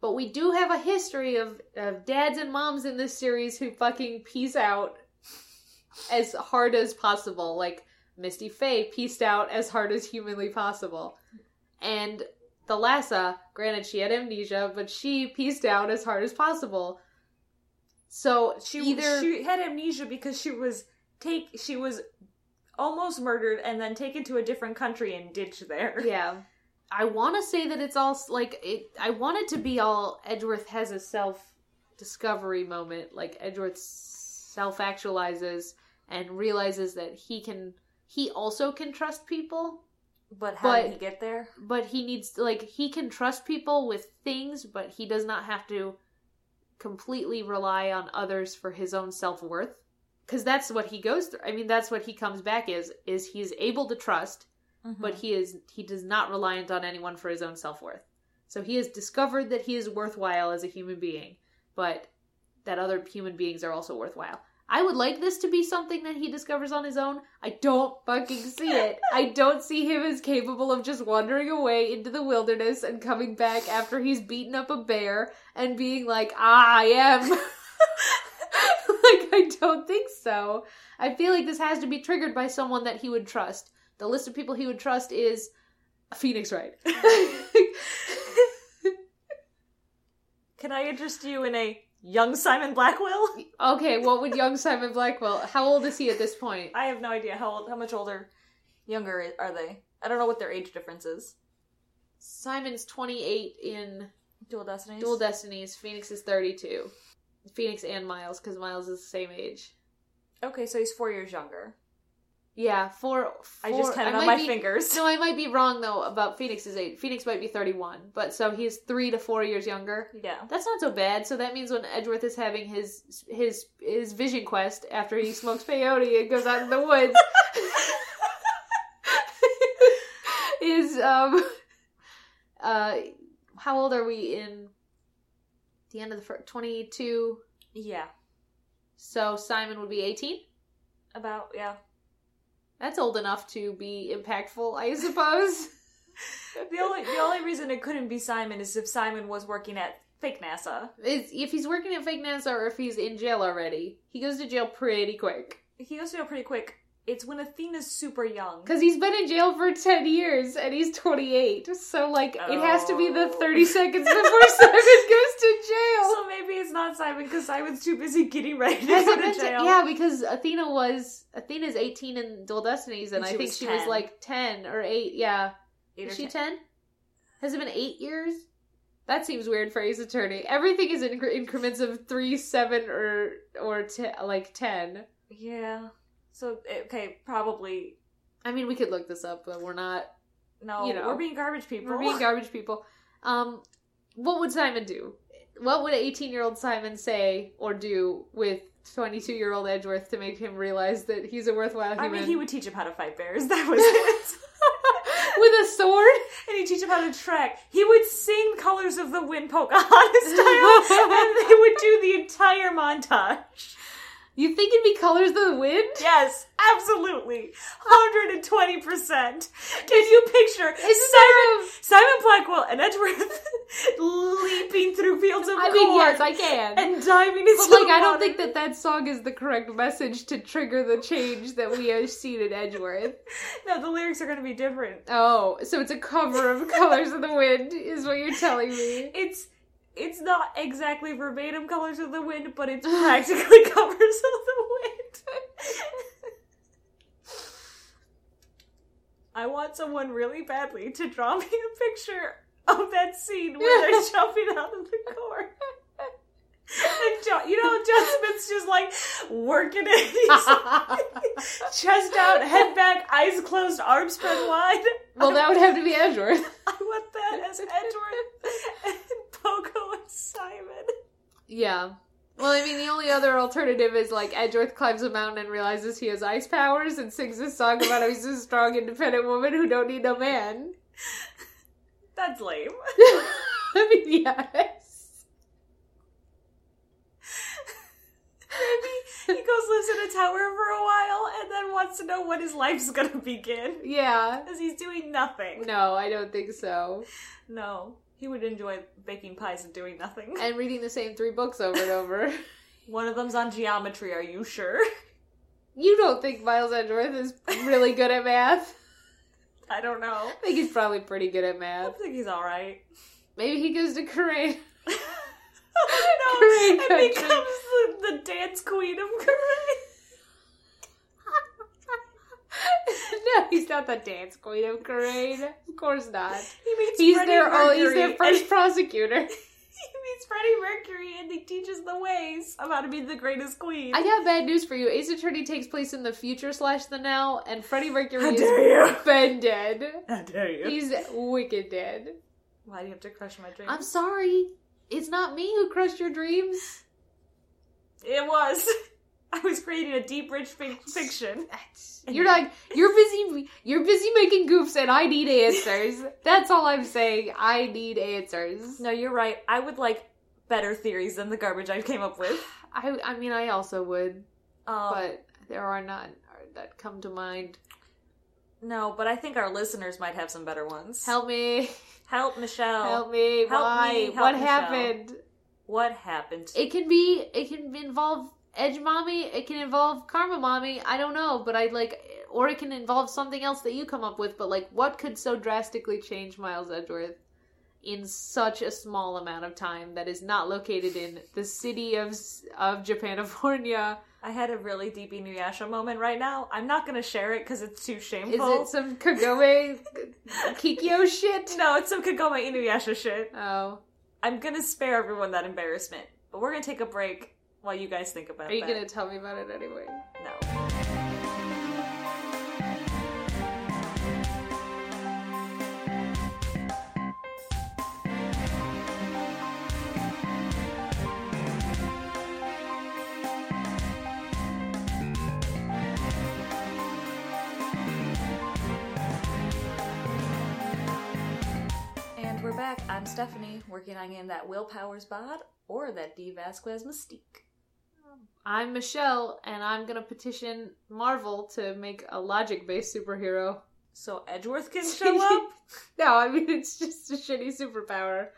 [SPEAKER 1] But we do have a history of, of dads and moms in this series who fucking peace out as hard as possible. Like, Misty Faye pieced out as hard as humanly possible. And the Lassa, granted, she had amnesia, but she pieced out as hard as possible. So
[SPEAKER 2] She
[SPEAKER 1] either
[SPEAKER 2] she had amnesia because she was take she was almost murdered and then taken to a different country and ditched there.
[SPEAKER 1] yeah i want to say that it's all s- like it i want it to be all edgeworth has a self discovery moment like edgeworth self actualizes and realizes that he can he also can trust people
[SPEAKER 2] But how
[SPEAKER 1] But-
[SPEAKER 2] did he get there?
[SPEAKER 1] but he needs like he can trust people with things but he does not have to completely rely on others for his own self-worth because that's what he goes through i mean that's what he comes back is is he's able to trust
[SPEAKER 2] Mm-hmm.
[SPEAKER 1] but
[SPEAKER 2] Uh-huh.
[SPEAKER 1] he is he does not reliant on anyone for his own self-worth so he has discovered that he is worthwhile as a human being but that other human beings are also worthwhile i would like this to be something that he discovers on his own i don't fucking see it i don't see him as capable of just wandering away into the wilderness and coming back after he's beaten up a bear and being like "Ah, i am like i don't think so i feel like this has to be triggered by someone that he would trust the list of people he would trust is Phoenix Wright.
[SPEAKER 2] Can I interest you in a young Simon Blackwell?
[SPEAKER 1] okay, what would young Simon Blackwell? How old is he at this point?
[SPEAKER 2] I have no idea how old, how much older, younger are they? I don't know what their age difference is.
[SPEAKER 1] Simon's 28 in
[SPEAKER 2] Dual Destinies.
[SPEAKER 1] Dual Destinies. Phoenix is 32. Phoenix and Miles, because Miles is the same age.
[SPEAKER 2] okay, so he's four years younger.
[SPEAKER 1] Yeah, four.
[SPEAKER 2] I just
[SPEAKER 1] four-
[SPEAKER 2] counted on
[SPEAKER 1] might
[SPEAKER 2] my
[SPEAKER 1] be-
[SPEAKER 2] fingers.
[SPEAKER 1] No, I might be wrong though about Phoenix's age. Phoenix might be 31, but so he's three to four years younger.
[SPEAKER 2] Yeah.
[SPEAKER 1] That's not so bad. So that means when Edgeworth is having his his his vision quest after he smokes peyote and goes out in the woods, is um, uh, how old are we in the end of the first twenty two?
[SPEAKER 2] Yeah.
[SPEAKER 1] So Simon would be eighteen.
[SPEAKER 2] About yeah.
[SPEAKER 1] That's old enough to be impactful, I suppose.
[SPEAKER 2] The only the only reason it couldn't be Simon is if Simon was working at fake NASA.
[SPEAKER 1] Is if he's working at fake NASA or if he's in jail already, he goes to jail pretty quick.
[SPEAKER 2] He goes to jail pretty quick. It's when Athena's super young.
[SPEAKER 1] Because he's been in jail for 10 years and he's 28. So, like, it has to be the
[SPEAKER 2] Oh.
[SPEAKER 1] 30 seconds before Simon goes to jail.
[SPEAKER 2] So maybe it's not Simon because Simon's too busy getting ready to
[SPEAKER 1] Has
[SPEAKER 2] go
[SPEAKER 1] it been t-
[SPEAKER 2] to jail.
[SPEAKER 1] yeah, because Athena was. Athena's 18 in Dual Destinies, and,
[SPEAKER 2] And
[SPEAKER 1] I
[SPEAKER 2] she
[SPEAKER 1] think
[SPEAKER 2] was
[SPEAKER 1] she was
[SPEAKER 2] 10.
[SPEAKER 1] like 10 or 8. Yeah.
[SPEAKER 2] Eight or
[SPEAKER 1] Is she
[SPEAKER 2] ten.
[SPEAKER 1] 10? Has it been 8 years? That seems weird for Ace Attorney. Everything is in incre- increments of 3, 7, or, or te- like 10.
[SPEAKER 2] yeah. So eh, okay, probably
[SPEAKER 1] I mean, we could look this up, but we're not.
[SPEAKER 2] no.
[SPEAKER 1] You know.
[SPEAKER 2] we're being garbage people.
[SPEAKER 1] We're being garbage people. Um, what would Simon do? What would an 18 year old Simon say or do with 22 year old Edgeworth to make him realize that he's a worthwhile human.
[SPEAKER 2] I mean, he would teach him how to fight bears. That was it.
[SPEAKER 1] With a sword?
[SPEAKER 2] and he'd teach him how to track. He would sing "Colors of the Wind" Pocahontas style, and they would do the entire montage.
[SPEAKER 1] You think it'd be Colors of the Wind?
[SPEAKER 2] Yes, absolutely, hundred and twenty percent. Can you picture
[SPEAKER 1] Isn't
[SPEAKER 2] Simon,
[SPEAKER 1] there a-
[SPEAKER 2] Simon Blackwell and Edgeworth leaping through fields of
[SPEAKER 1] I mean,
[SPEAKER 2] corn
[SPEAKER 1] yes, I can.
[SPEAKER 2] and diving into
[SPEAKER 1] but, like,
[SPEAKER 2] the
[SPEAKER 1] I don't
[SPEAKER 2] water?
[SPEAKER 1] think that that song is the correct message to trigger the change that we have seen in Edgeworth.
[SPEAKER 2] no, the lyrics are going to be different.
[SPEAKER 1] Oh, so it's a cover of Colors of the Wind, is what you're telling me.
[SPEAKER 2] It's it's not exactly verbatim "Colors of the Wind," but it's practically "Colors of the Wind." I want someone really badly to draw me a picture of that scene where they're jumping out of the car. And John, you know, John Smith's just like working it. He's chest out, head back, eyes closed, arms spread wide.
[SPEAKER 1] Well, that would have to be Edgeworth.
[SPEAKER 2] I want that as Edward and Pogo and Simon.
[SPEAKER 1] Yeah. Well, I mean, the only other alternative is like Edgeworth climbs a mountain and realizes he has ice powers and sings a song about how he's a strong, independent woman who don't need no man.
[SPEAKER 2] That's lame.
[SPEAKER 1] I mean, yes.
[SPEAKER 2] Maybe he goes lives in a tower for a while and then wants to know when his life's gonna begin.
[SPEAKER 1] Yeah.
[SPEAKER 2] Because he's doing nothing.
[SPEAKER 1] No, I don't think so.
[SPEAKER 2] No. He would enjoy baking pies and doing nothing.
[SPEAKER 1] And reading the same three books over and over.
[SPEAKER 2] One of them's on geometry, are you sure?
[SPEAKER 1] You don't think Miles Edgeworth is really good at math?
[SPEAKER 2] I don't know.
[SPEAKER 1] I think he's probably pretty good at
[SPEAKER 2] I
[SPEAKER 1] math.
[SPEAKER 2] think he's alright.
[SPEAKER 1] Maybe he goes to Korea.
[SPEAKER 2] oh no!
[SPEAKER 1] Korean
[SPEAKER 2] And becomes the, the dance queen of Korea.
[SPEAKER 1] no, he's not the dance queen of Korea. Of course not.
[SPEAKER 2] He meets
[SPEAKER 1] He's
[SPEAKER 2] Freddie
[SPEAKER 1] their oh, he's
[SPEAKER 2] Mercury
[SPEAKER 1] their
[SPEAKER 2] and-
[SPEAKER 1] first prosecutor.
[SPEAKER 2] He meets Freddie Mercury and he teaches the ways of how to be the greatest queen.
[SPEAKER 1] I got bad news for you. Ace Attorney takes place in the future slash the now, and Freddie Mercury
[SPEAKER 2] How
[SPEAKER 1] is
[SPEAKER 2] dare you!
[SPEAKER 1] been dead.
[SPEAKER 2] How dare you!
[SPEAKER 1] He's wicked dead.
[SPEAKER 2] Why do you have to crush my dreams?
[SPEAKER 1] I'm sorry. It's not me who crushed your dreams.
[SPEAKER 2] It was. I was creating a deep, rich fic- fiction.
[SPEAKER 1] You're like you're busy. You're busy making goofs, and I need answers. That's all I'm saying. I need answers.
[SPEAKER 2] No, you're right. I would like better theories than the garbage I came up with.
[SPEAKER 1] I I mean I also would,
[SPEAKER 2] Um,
[SPEAKER 1] but there are none that come to mind.
[SPEAKER 2] no, but I think our listeners might have some better ones.
[SPEAKER 1] Help me.
[SPEAKER 2] help, Michelle.
[SPEAKER 1] Help me.
[SPEAKER 2] Help
[SPEAKER 1] Why?
[SPEAKER 2] me. Help
[SPEAKER 1] what
[SPEAKER 2] Michelle.
[SPEAKER 1] happened?
[SPEAKER 2] What happened?
[SPEAKER 1] It can be. It can involve Edge Mommy. It can involve Karma Mommy. I don't know, but I like, or it can involve something else that you come up with. But like, what could so drastically change Miles Edgeworth in such a small amount of time that is not located in the city of S- of Japanifornia?
[SPEAKER 2] I had a really deep Inuyasha moment right now. I'm not gonna share it because it's too
[SPEAKER 1] Is
[SPEAKER 2] shameful.
[SPEAKER 1] it some Kagome Kikyo shit?
[SPEAKER 2] no, it's some Kagome Inuyasha shit.
[SPEAKER 1] Oh,
[SPEAKER 2] I'm gonna spare everyone that embarrassment, but we're gonna take a break while you guys think about
[SPEAKER 1] are you
[SPEAKER 2] that.
[SPEAKER 1] gonna tell me about it anyway?
[SPEAKER 2] No. And we're back. I'm Stephanie, working on getting that Will Powers bod or that D Vasquez mystique.
[SPEAKER 1] I'm Michelle, and I'm gonna petition Marvel to make a logic-based superhero.
[SPEAKER 2] So Edgeworth can show up?
[SPEAKER 1] No, I mean it's just a shitty superpower.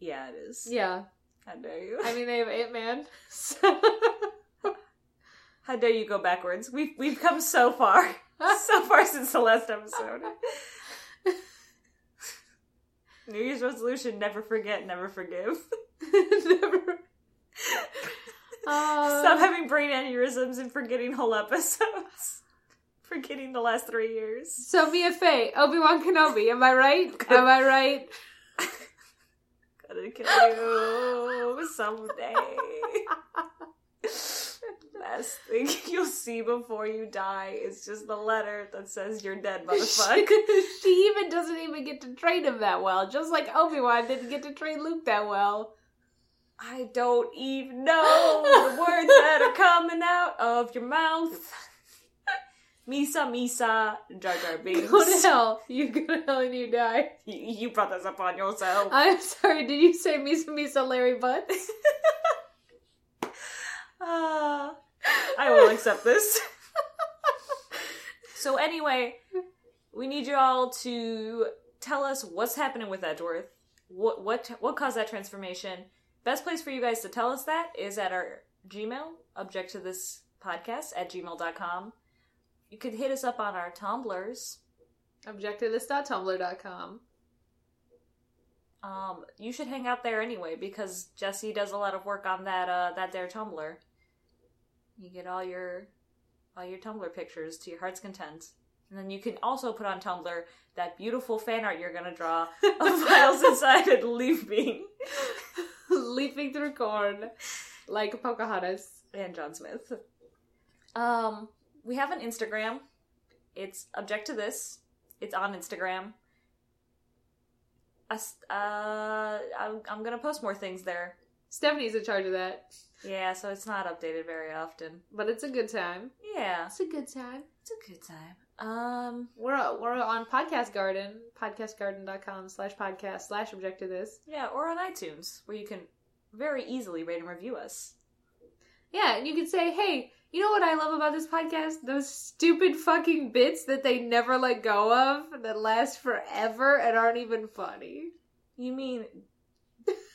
[SPEAKER 2] Yeah, it is.
[SPEAKER 1] Yeah,
[SPEAKER 2] How dare you?
[SPEAKER 1] I mean they have Ant Man. So.
[SPEAKER 2] How dare you go backwards? We've we've come so far. so far since the last episode. New Year's resolution, never forget, never forgive.
[SPEAKER 1] Never. Uh,
[SPEAKER 2] Stop having brain aneurysms and forgetting whole episodes. Forgetting the last three years.
[SPEAKER 1] so Mia Fey, Obi Wan Kenobi. Am I right? Am I right?
[SPEAKER 2] Gonna kill you someday. Last thing you'll see before you die is just the letter that says you're dead, motherfucker.
[SPEAKER 1] she even doesn't even get to train him that well. Just like Obi Wan didn't get to train Luke that well.
[SPEAKER 2] I don't even know the words that are coming out of your mouth. Misa, Misa, Jar Jar Binks.
[SPEAKER 1] Go to hell. You go to hell and you die.
[SPEAKER 2] You, you brought this up on yourself.
[SPEAKER 1] I'm sorry, did you say Misa Misa Larry Butts?
[SPEAKER 2] Ah, I will accept this. so anyway, we need you all to tell us what's happening with Edgeworth. What what what caused that transformation? Best place for you guys to tell us that is at our Gmail, object to this podcast at gmail.com. You could hit us up on our Tumblrs.
[SPEAKER 1] Objectivist.tumblr.com.
[SPEAKER 2] Um, you should hang out there anyway because Jesse does a lot of work on that uh, that there Tumblr. You get all your all your Tumblr pictures to your heart's content, and then you can also put on Tumblr that beautiful fan art you're gonna draw of Miles inside and leaving
[SPEAKER 1] Leaping through corn like Pocahontas.
[SPEAKER 2] and John Smith. Um, we have an Instagram. It's object to this. It's on Instagram. Us- uh, I'm, I'm gonna post more things there.
[SPEAKER 1] Stephanie's in charge of that,
[SPEAKER 2] Yeah, so it's not updated very often.
[SPEAKER 1] but it's a good time.
[SPEAKER 2] Yeah,
[SPEAKER 1] It's a good time.
[SPEAKER 2] it's a good time. Um,
[SPEAKER 1] We're we're on Podcast Garden, podcastgarden.com slash podcast slash object to this.
[SPEAKER 2] yeah, or on iTunes, where you can very easily rate and review us.
[SPEAKER 1] Yeah, and you can say, hey, you know what I love about this podcast? Those stupid fucking bits that they never let go of that last forever and aren't even funny.
[SPEAKER 2] You mean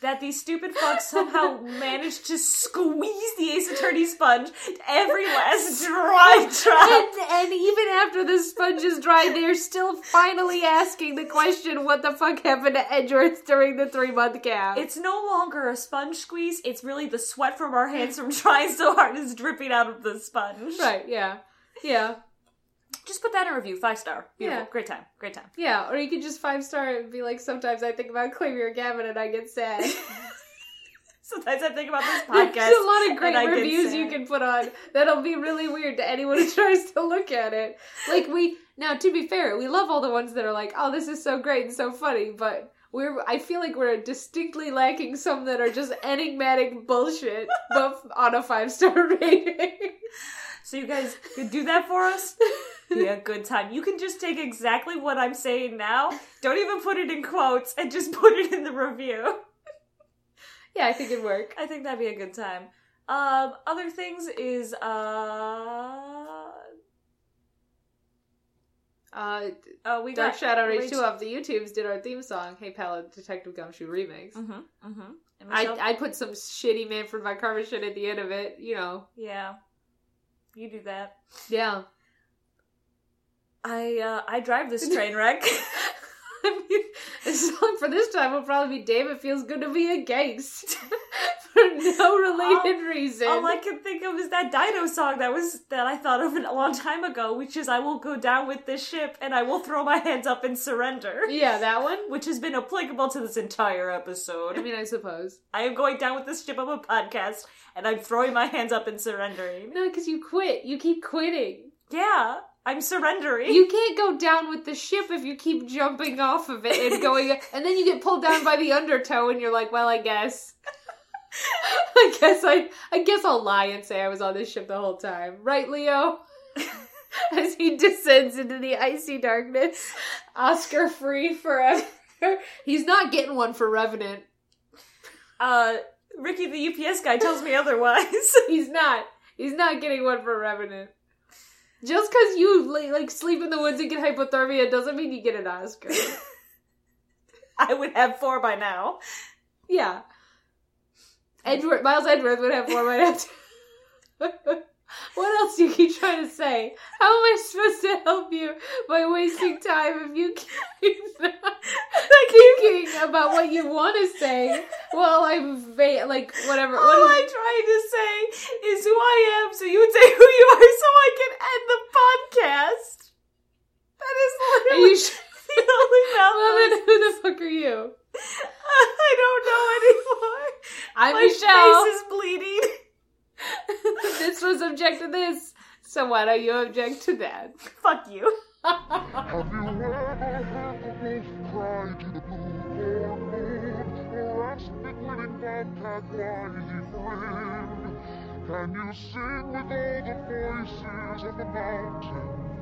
[SPEAKER 2] that these stupid fucks somehow managed to squeeze the Ace Attorney sponge to every last dry drop?
[SPEAKER 1] And, and even after the sponge is dry, they're still finally asking the question, what the fuck happened to Edgeworth during the three month gap?
[SPEAKER 2] It's no longer a sponge squeeze. It's really the sweat from our hands from trying so hard is dripping out of the sponge.
[SPEAKER 1] right, yeah. Yeah.
[SPEAKER 2] Just put that in review. Five star. Beautiful.
[SPEAKER 1] Yeah.
[SPEAKER 2] Great time. Great time.
[SPEAKER 1] Yeah, or you could just five star it and be like, sometimes I think about Clavier and Gavin and I get sad.
[SPEAKER 2] Sometimes I think about this podcast.
[SPEAKER 1] There's a lot of
[SPEAKER 2] and I
[SPEAKER 1] great
[SPEAKER 2] get
[SPEAKER 1] reviews
[SPEAKER 2] sad.
[SPEAKER 1] you can put on that'll be really weird to anyone who tries to look at it. Like we now, to be fair, we love all the ones that are like, "Oh, this is so great and so funny," but we're I feel like we're distinctly lacking some that are just enigmatic bullshit, but on a five star rating.
[SPEAKER 2] So you guys could do that for us? Yeah, good time. You can just take exactly what I'm saying now. Don't even put it in quotes and just put it in the review.
[SPEAKER 1] yeah, I think it'd work.
[SPEAKER 2] I think that'd be a good time. Um, other things is uh,
[SPEAKER 1] Uh,
[SPEAKER 2] oh we
[SPEAKER 1] Dark
[SPEAKER 2] got
[SPEAKER 1] Shadow Rage
[SPEAKER 2] Rage-
[SPEAKER 1] Two off the YouTubes did our theme song, "Hey Pal, Detective Gumshoe" remix.
[SPEAKER 2] Mm-hmm. Mm-hmm. And
[SPEAKER 1] I
[SPEAKER 2] Michelle,
[SPEAKER 1] I put some shitty Manfred by Carver shit at the end of it, you know.
[SPEAKER 2] yeah, you do that.
[SPEAKER 1] Yeah.
[SPEAKER 2] I uh, I drive this train wreck.
[SPEAKER 1] I mean, the song for this time will probably be "Damn, it feels good to be a gangst" for no related reason.
[SPEAKER 2] All I can think of is that Dino song that was that I thought of a long time ago, which is "I will go down with this ship and I will throw my hands up and surrender."
[SPEAKER 1] yeah, that one.
[SPEAKER 2] which has been applicable to this entire
[SPEAKER 1] I
[SPEAKER 2] episode.
[SPEAKER 1] mean, I suppose
[SPEAKER 2] I am going down with this ship of a podcast, and I'm throwing my hands up and surrendering.
[SPEAKER 1] no, because you quit. You keep quitting.
[SPEAKER 2] Yeah, I'm surrendering.
[SPEAKER 1] You can't go down with the ship if you keep jumping off of it and going, and then you get pulled down by the undertow, and you're like, "Well, I guess." I guess I, I guess I'll lie and say I was on this ship the whole time, right, Leo? As he descends into the icy darkness, Oscar free forever. He's not getting one for Revenant.
[SPEAKER 2] uh, Ricky, the UPS guy, tells me otherwise.
[SPEAKER 1] He's not. He's not getting one for Revenant. Just because you li- like sleep in the woods and get hypothermia doesn't mean you get an Oscar.
[SPEAKER 2] I would have four by now.
[SPEAKER 1] Yeah. Edward Miles Edward would have one right after. what else do you keep trying to say? How am I supposed to help you by wasting time if you keep not thinking about what you want to say while I'm va- like whatever?
[SPEAKER 2] All
[SPEAKER 1] What is-
[SPEAKER 2] I'm trying to say is who I am, so you would say who you are, so I can end the podcast. That is
[SPEAKER 1] are
[SPEAKER 2] literally
[SPEAKER 1] you sure?
[SPEAKER 2] the only
[SPEAKER 1] Well,
[SPEAKER 2] mouth.
[SPEAKER 1] then who the fuck are you?
[SPEAKER 2] I don't know anymore.
[SPEAKER 1] I'm
[SPEAKER 2] my
[SPEAKER 1] Michelle.
[SPEAKER 2] face is bleeding.
[SPEAKER 1] this was object to this, so why don't you object to that?
[SPEAKER 2] Fuck you.
[SPEAKER 3] Have you ever heard the wolf cry to the blue horn moon, or asked it when it that that body within? Can you sing with all the voices of the mountain?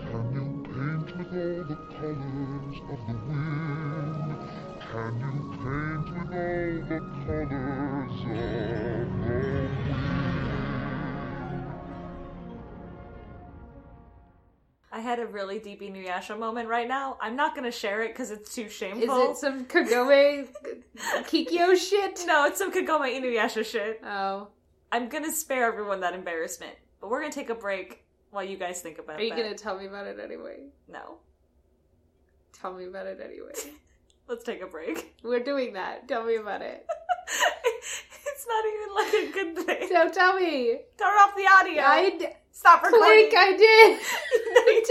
[SPEAKER 3] Can you paint with all the colors of the wind? Can you paint with all the colors of the wind?
[SPEAKER 2] I had a really deep Inuyasha moment right now. I'm not gonna share it because it's too
[SPEAKER 1] Is
[SPEAKER 2] shameful.
[SPEAKER 1] it some Kagome Kikyo shit?
[SPEAKER 2] no, it's some Kagoma Inuyasha shit.
[SPEAKER 1] Oh.
[SPEAKER 2] I'm gonna spare everyone that embarrassment, but we're gonna take a break while you guys think about
[SPEAKER 1] Are you
[SPEAKER 2] that.
[SPEAKER 1] gonna tell me about it anyway?
[SPEAKER 2] No,
[SPEAKER 1] Tell me about it anyway.
[SPEAKER 2] let's take a break.
[SPEAKER 1] We're doing that. Tell me about it.
[SPEAKER 2] it's not even like a good thing.
[SPEAKER 1] So tell me.
[SPEAKER 2] Turn off the audio.
[SPEAKER 1] I d-
[SPEAKER 2] Stop recording.
[SPEAKER 1] click. I did.
[SPEAKER 2] No,
[SPEAKER 1] tell me.
[SPEAKER 2] you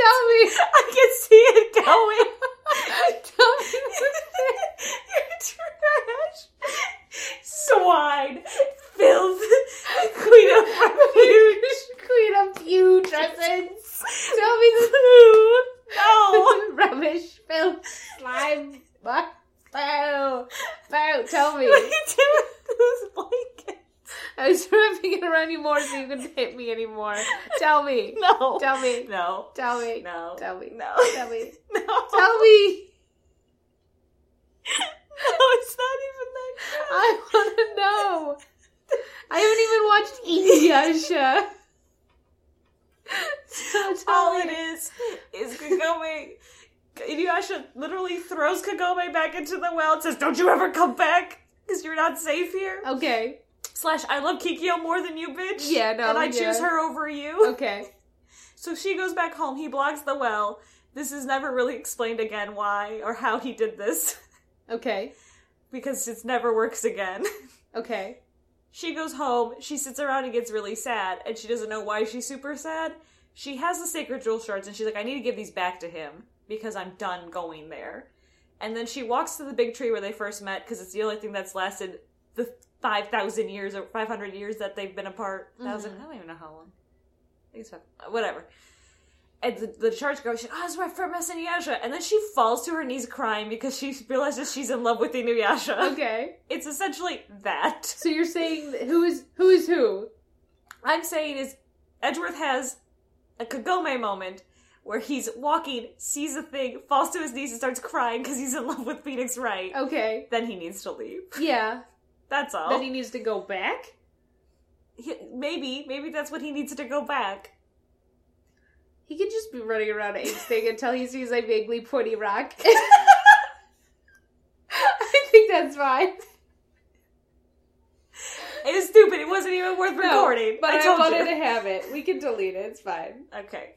[SPEAKER 2] I can see it going.
[SPEAKER 1] tell me.
[SPEAKER 2] You're trash. Swine. Filth. Queen of refuge.
[SPEAKER 1] Queen of huge essence. Tell me
[SPEAKER 2] No.
[SPEAKER 1] the rubbish, filth, slime, boo, boo. Tell me.
[SPEAKER 2] What are you doing with this blanket?
[SPEAKER 1] I was wrapping it around you more so you couldn't hit me anymore. Tell me.
[SPEAKER 2] No.
[SPEAKER 1] Tell me.
[SPEAKER 2] No.
[SPEAKER 1] Tell me.
[SPEAKER 2] No.
[SPEAKER 1] Tell me.
[SPEAKER 2] No.
[SPEAKER 1] Tell me.
[SPEAKER 2] No.
[SPEAKER 1] Tell me.
[SPEAKER 2] No, it's not even that good.
[SPEAKER 1] I want to know. I haven't even watched Inuyasha. So tell
[SPEAKER 2] All
[SPEAKER 1] me.
[SPEAKER 2] it is is Kagome. Inuyasha literally throws Kagome back into the well and says, Don't you ever come back because you're not safe here.
[SPEAKER 1] Okay.
[SPEAKER 2] Slash, I love Kikyo more than you, bitch.
[SPEAKER 1] Yeah, no,
[SPEAKER 2] And I
[SPEAKER 1] yeah.
[SPEAKER 2] choose her over you.
[SPEAKER 1] Okay.
[SPEAKER 2] So she goes back home. He blocks the well. This is never really explained again why or how he did this
[SPEAKER 1] Okay.
[SPEAKER 2] because it never works again.
[SPEAKER 1] Okay.
[SPEAKER 2] She goes home, she sits around and gets really sad, and she doesn't know why she's super sad. She has the sacred jewel shards, and she's like, I need to give these back to him because I'm done going there. And then she walks to the big tree where they first met because it's the only thing that's lasted the 5,000 years or 500 years that they've been apart. 1,000, Mm-hmm. I don't even know how long. I think it's five, whatever. And the, the church girl, she's, oh, it's my friend Miss Inuyasha. And then she falls to her knees crying because she realizes she's in love with Inuyasha.
[SPEAKER 1] Okay.
[SPEAKER 2] It's essentially that.
[SPEAKER 1] So you're saying that who is who is who?
[SPEAKER 2] I'm saying is Edgeworth has a Kagome moment where he's walking, sees a thing, falls to his knees, and starts crying because he's in love with Phoenix Wright.
[SPEAKER 1] Okay.
[SPEAKER 2] Then he needs to leave.
[SPEAKER 1] Yeah.
[SPEAKER 2] That's all.
[SPEAKER 1] That he needs to go back?
[SPEAKER 2] He- maybe, maybe that's what he needs to go back.
[SPEAKER 1] He could just be running around angsting until he sees a vaguely pointy rock. I think that's fine.
[SPEAKER 2] It is stupid. It wasn't even worth
[SPEAKER 1] No,
[SPEAKER 2] recording.
[SPEAKER 1] but
[SPEAKER 2] I
[SPEAKER 1] I,
[SPEAKER 2] told
[SPEAKER 1] wanted
[SPEAKER 2] you.
[SPEAKER 1] to have it. We can delete it. It's fine.
[SPEAKER 2] Okay.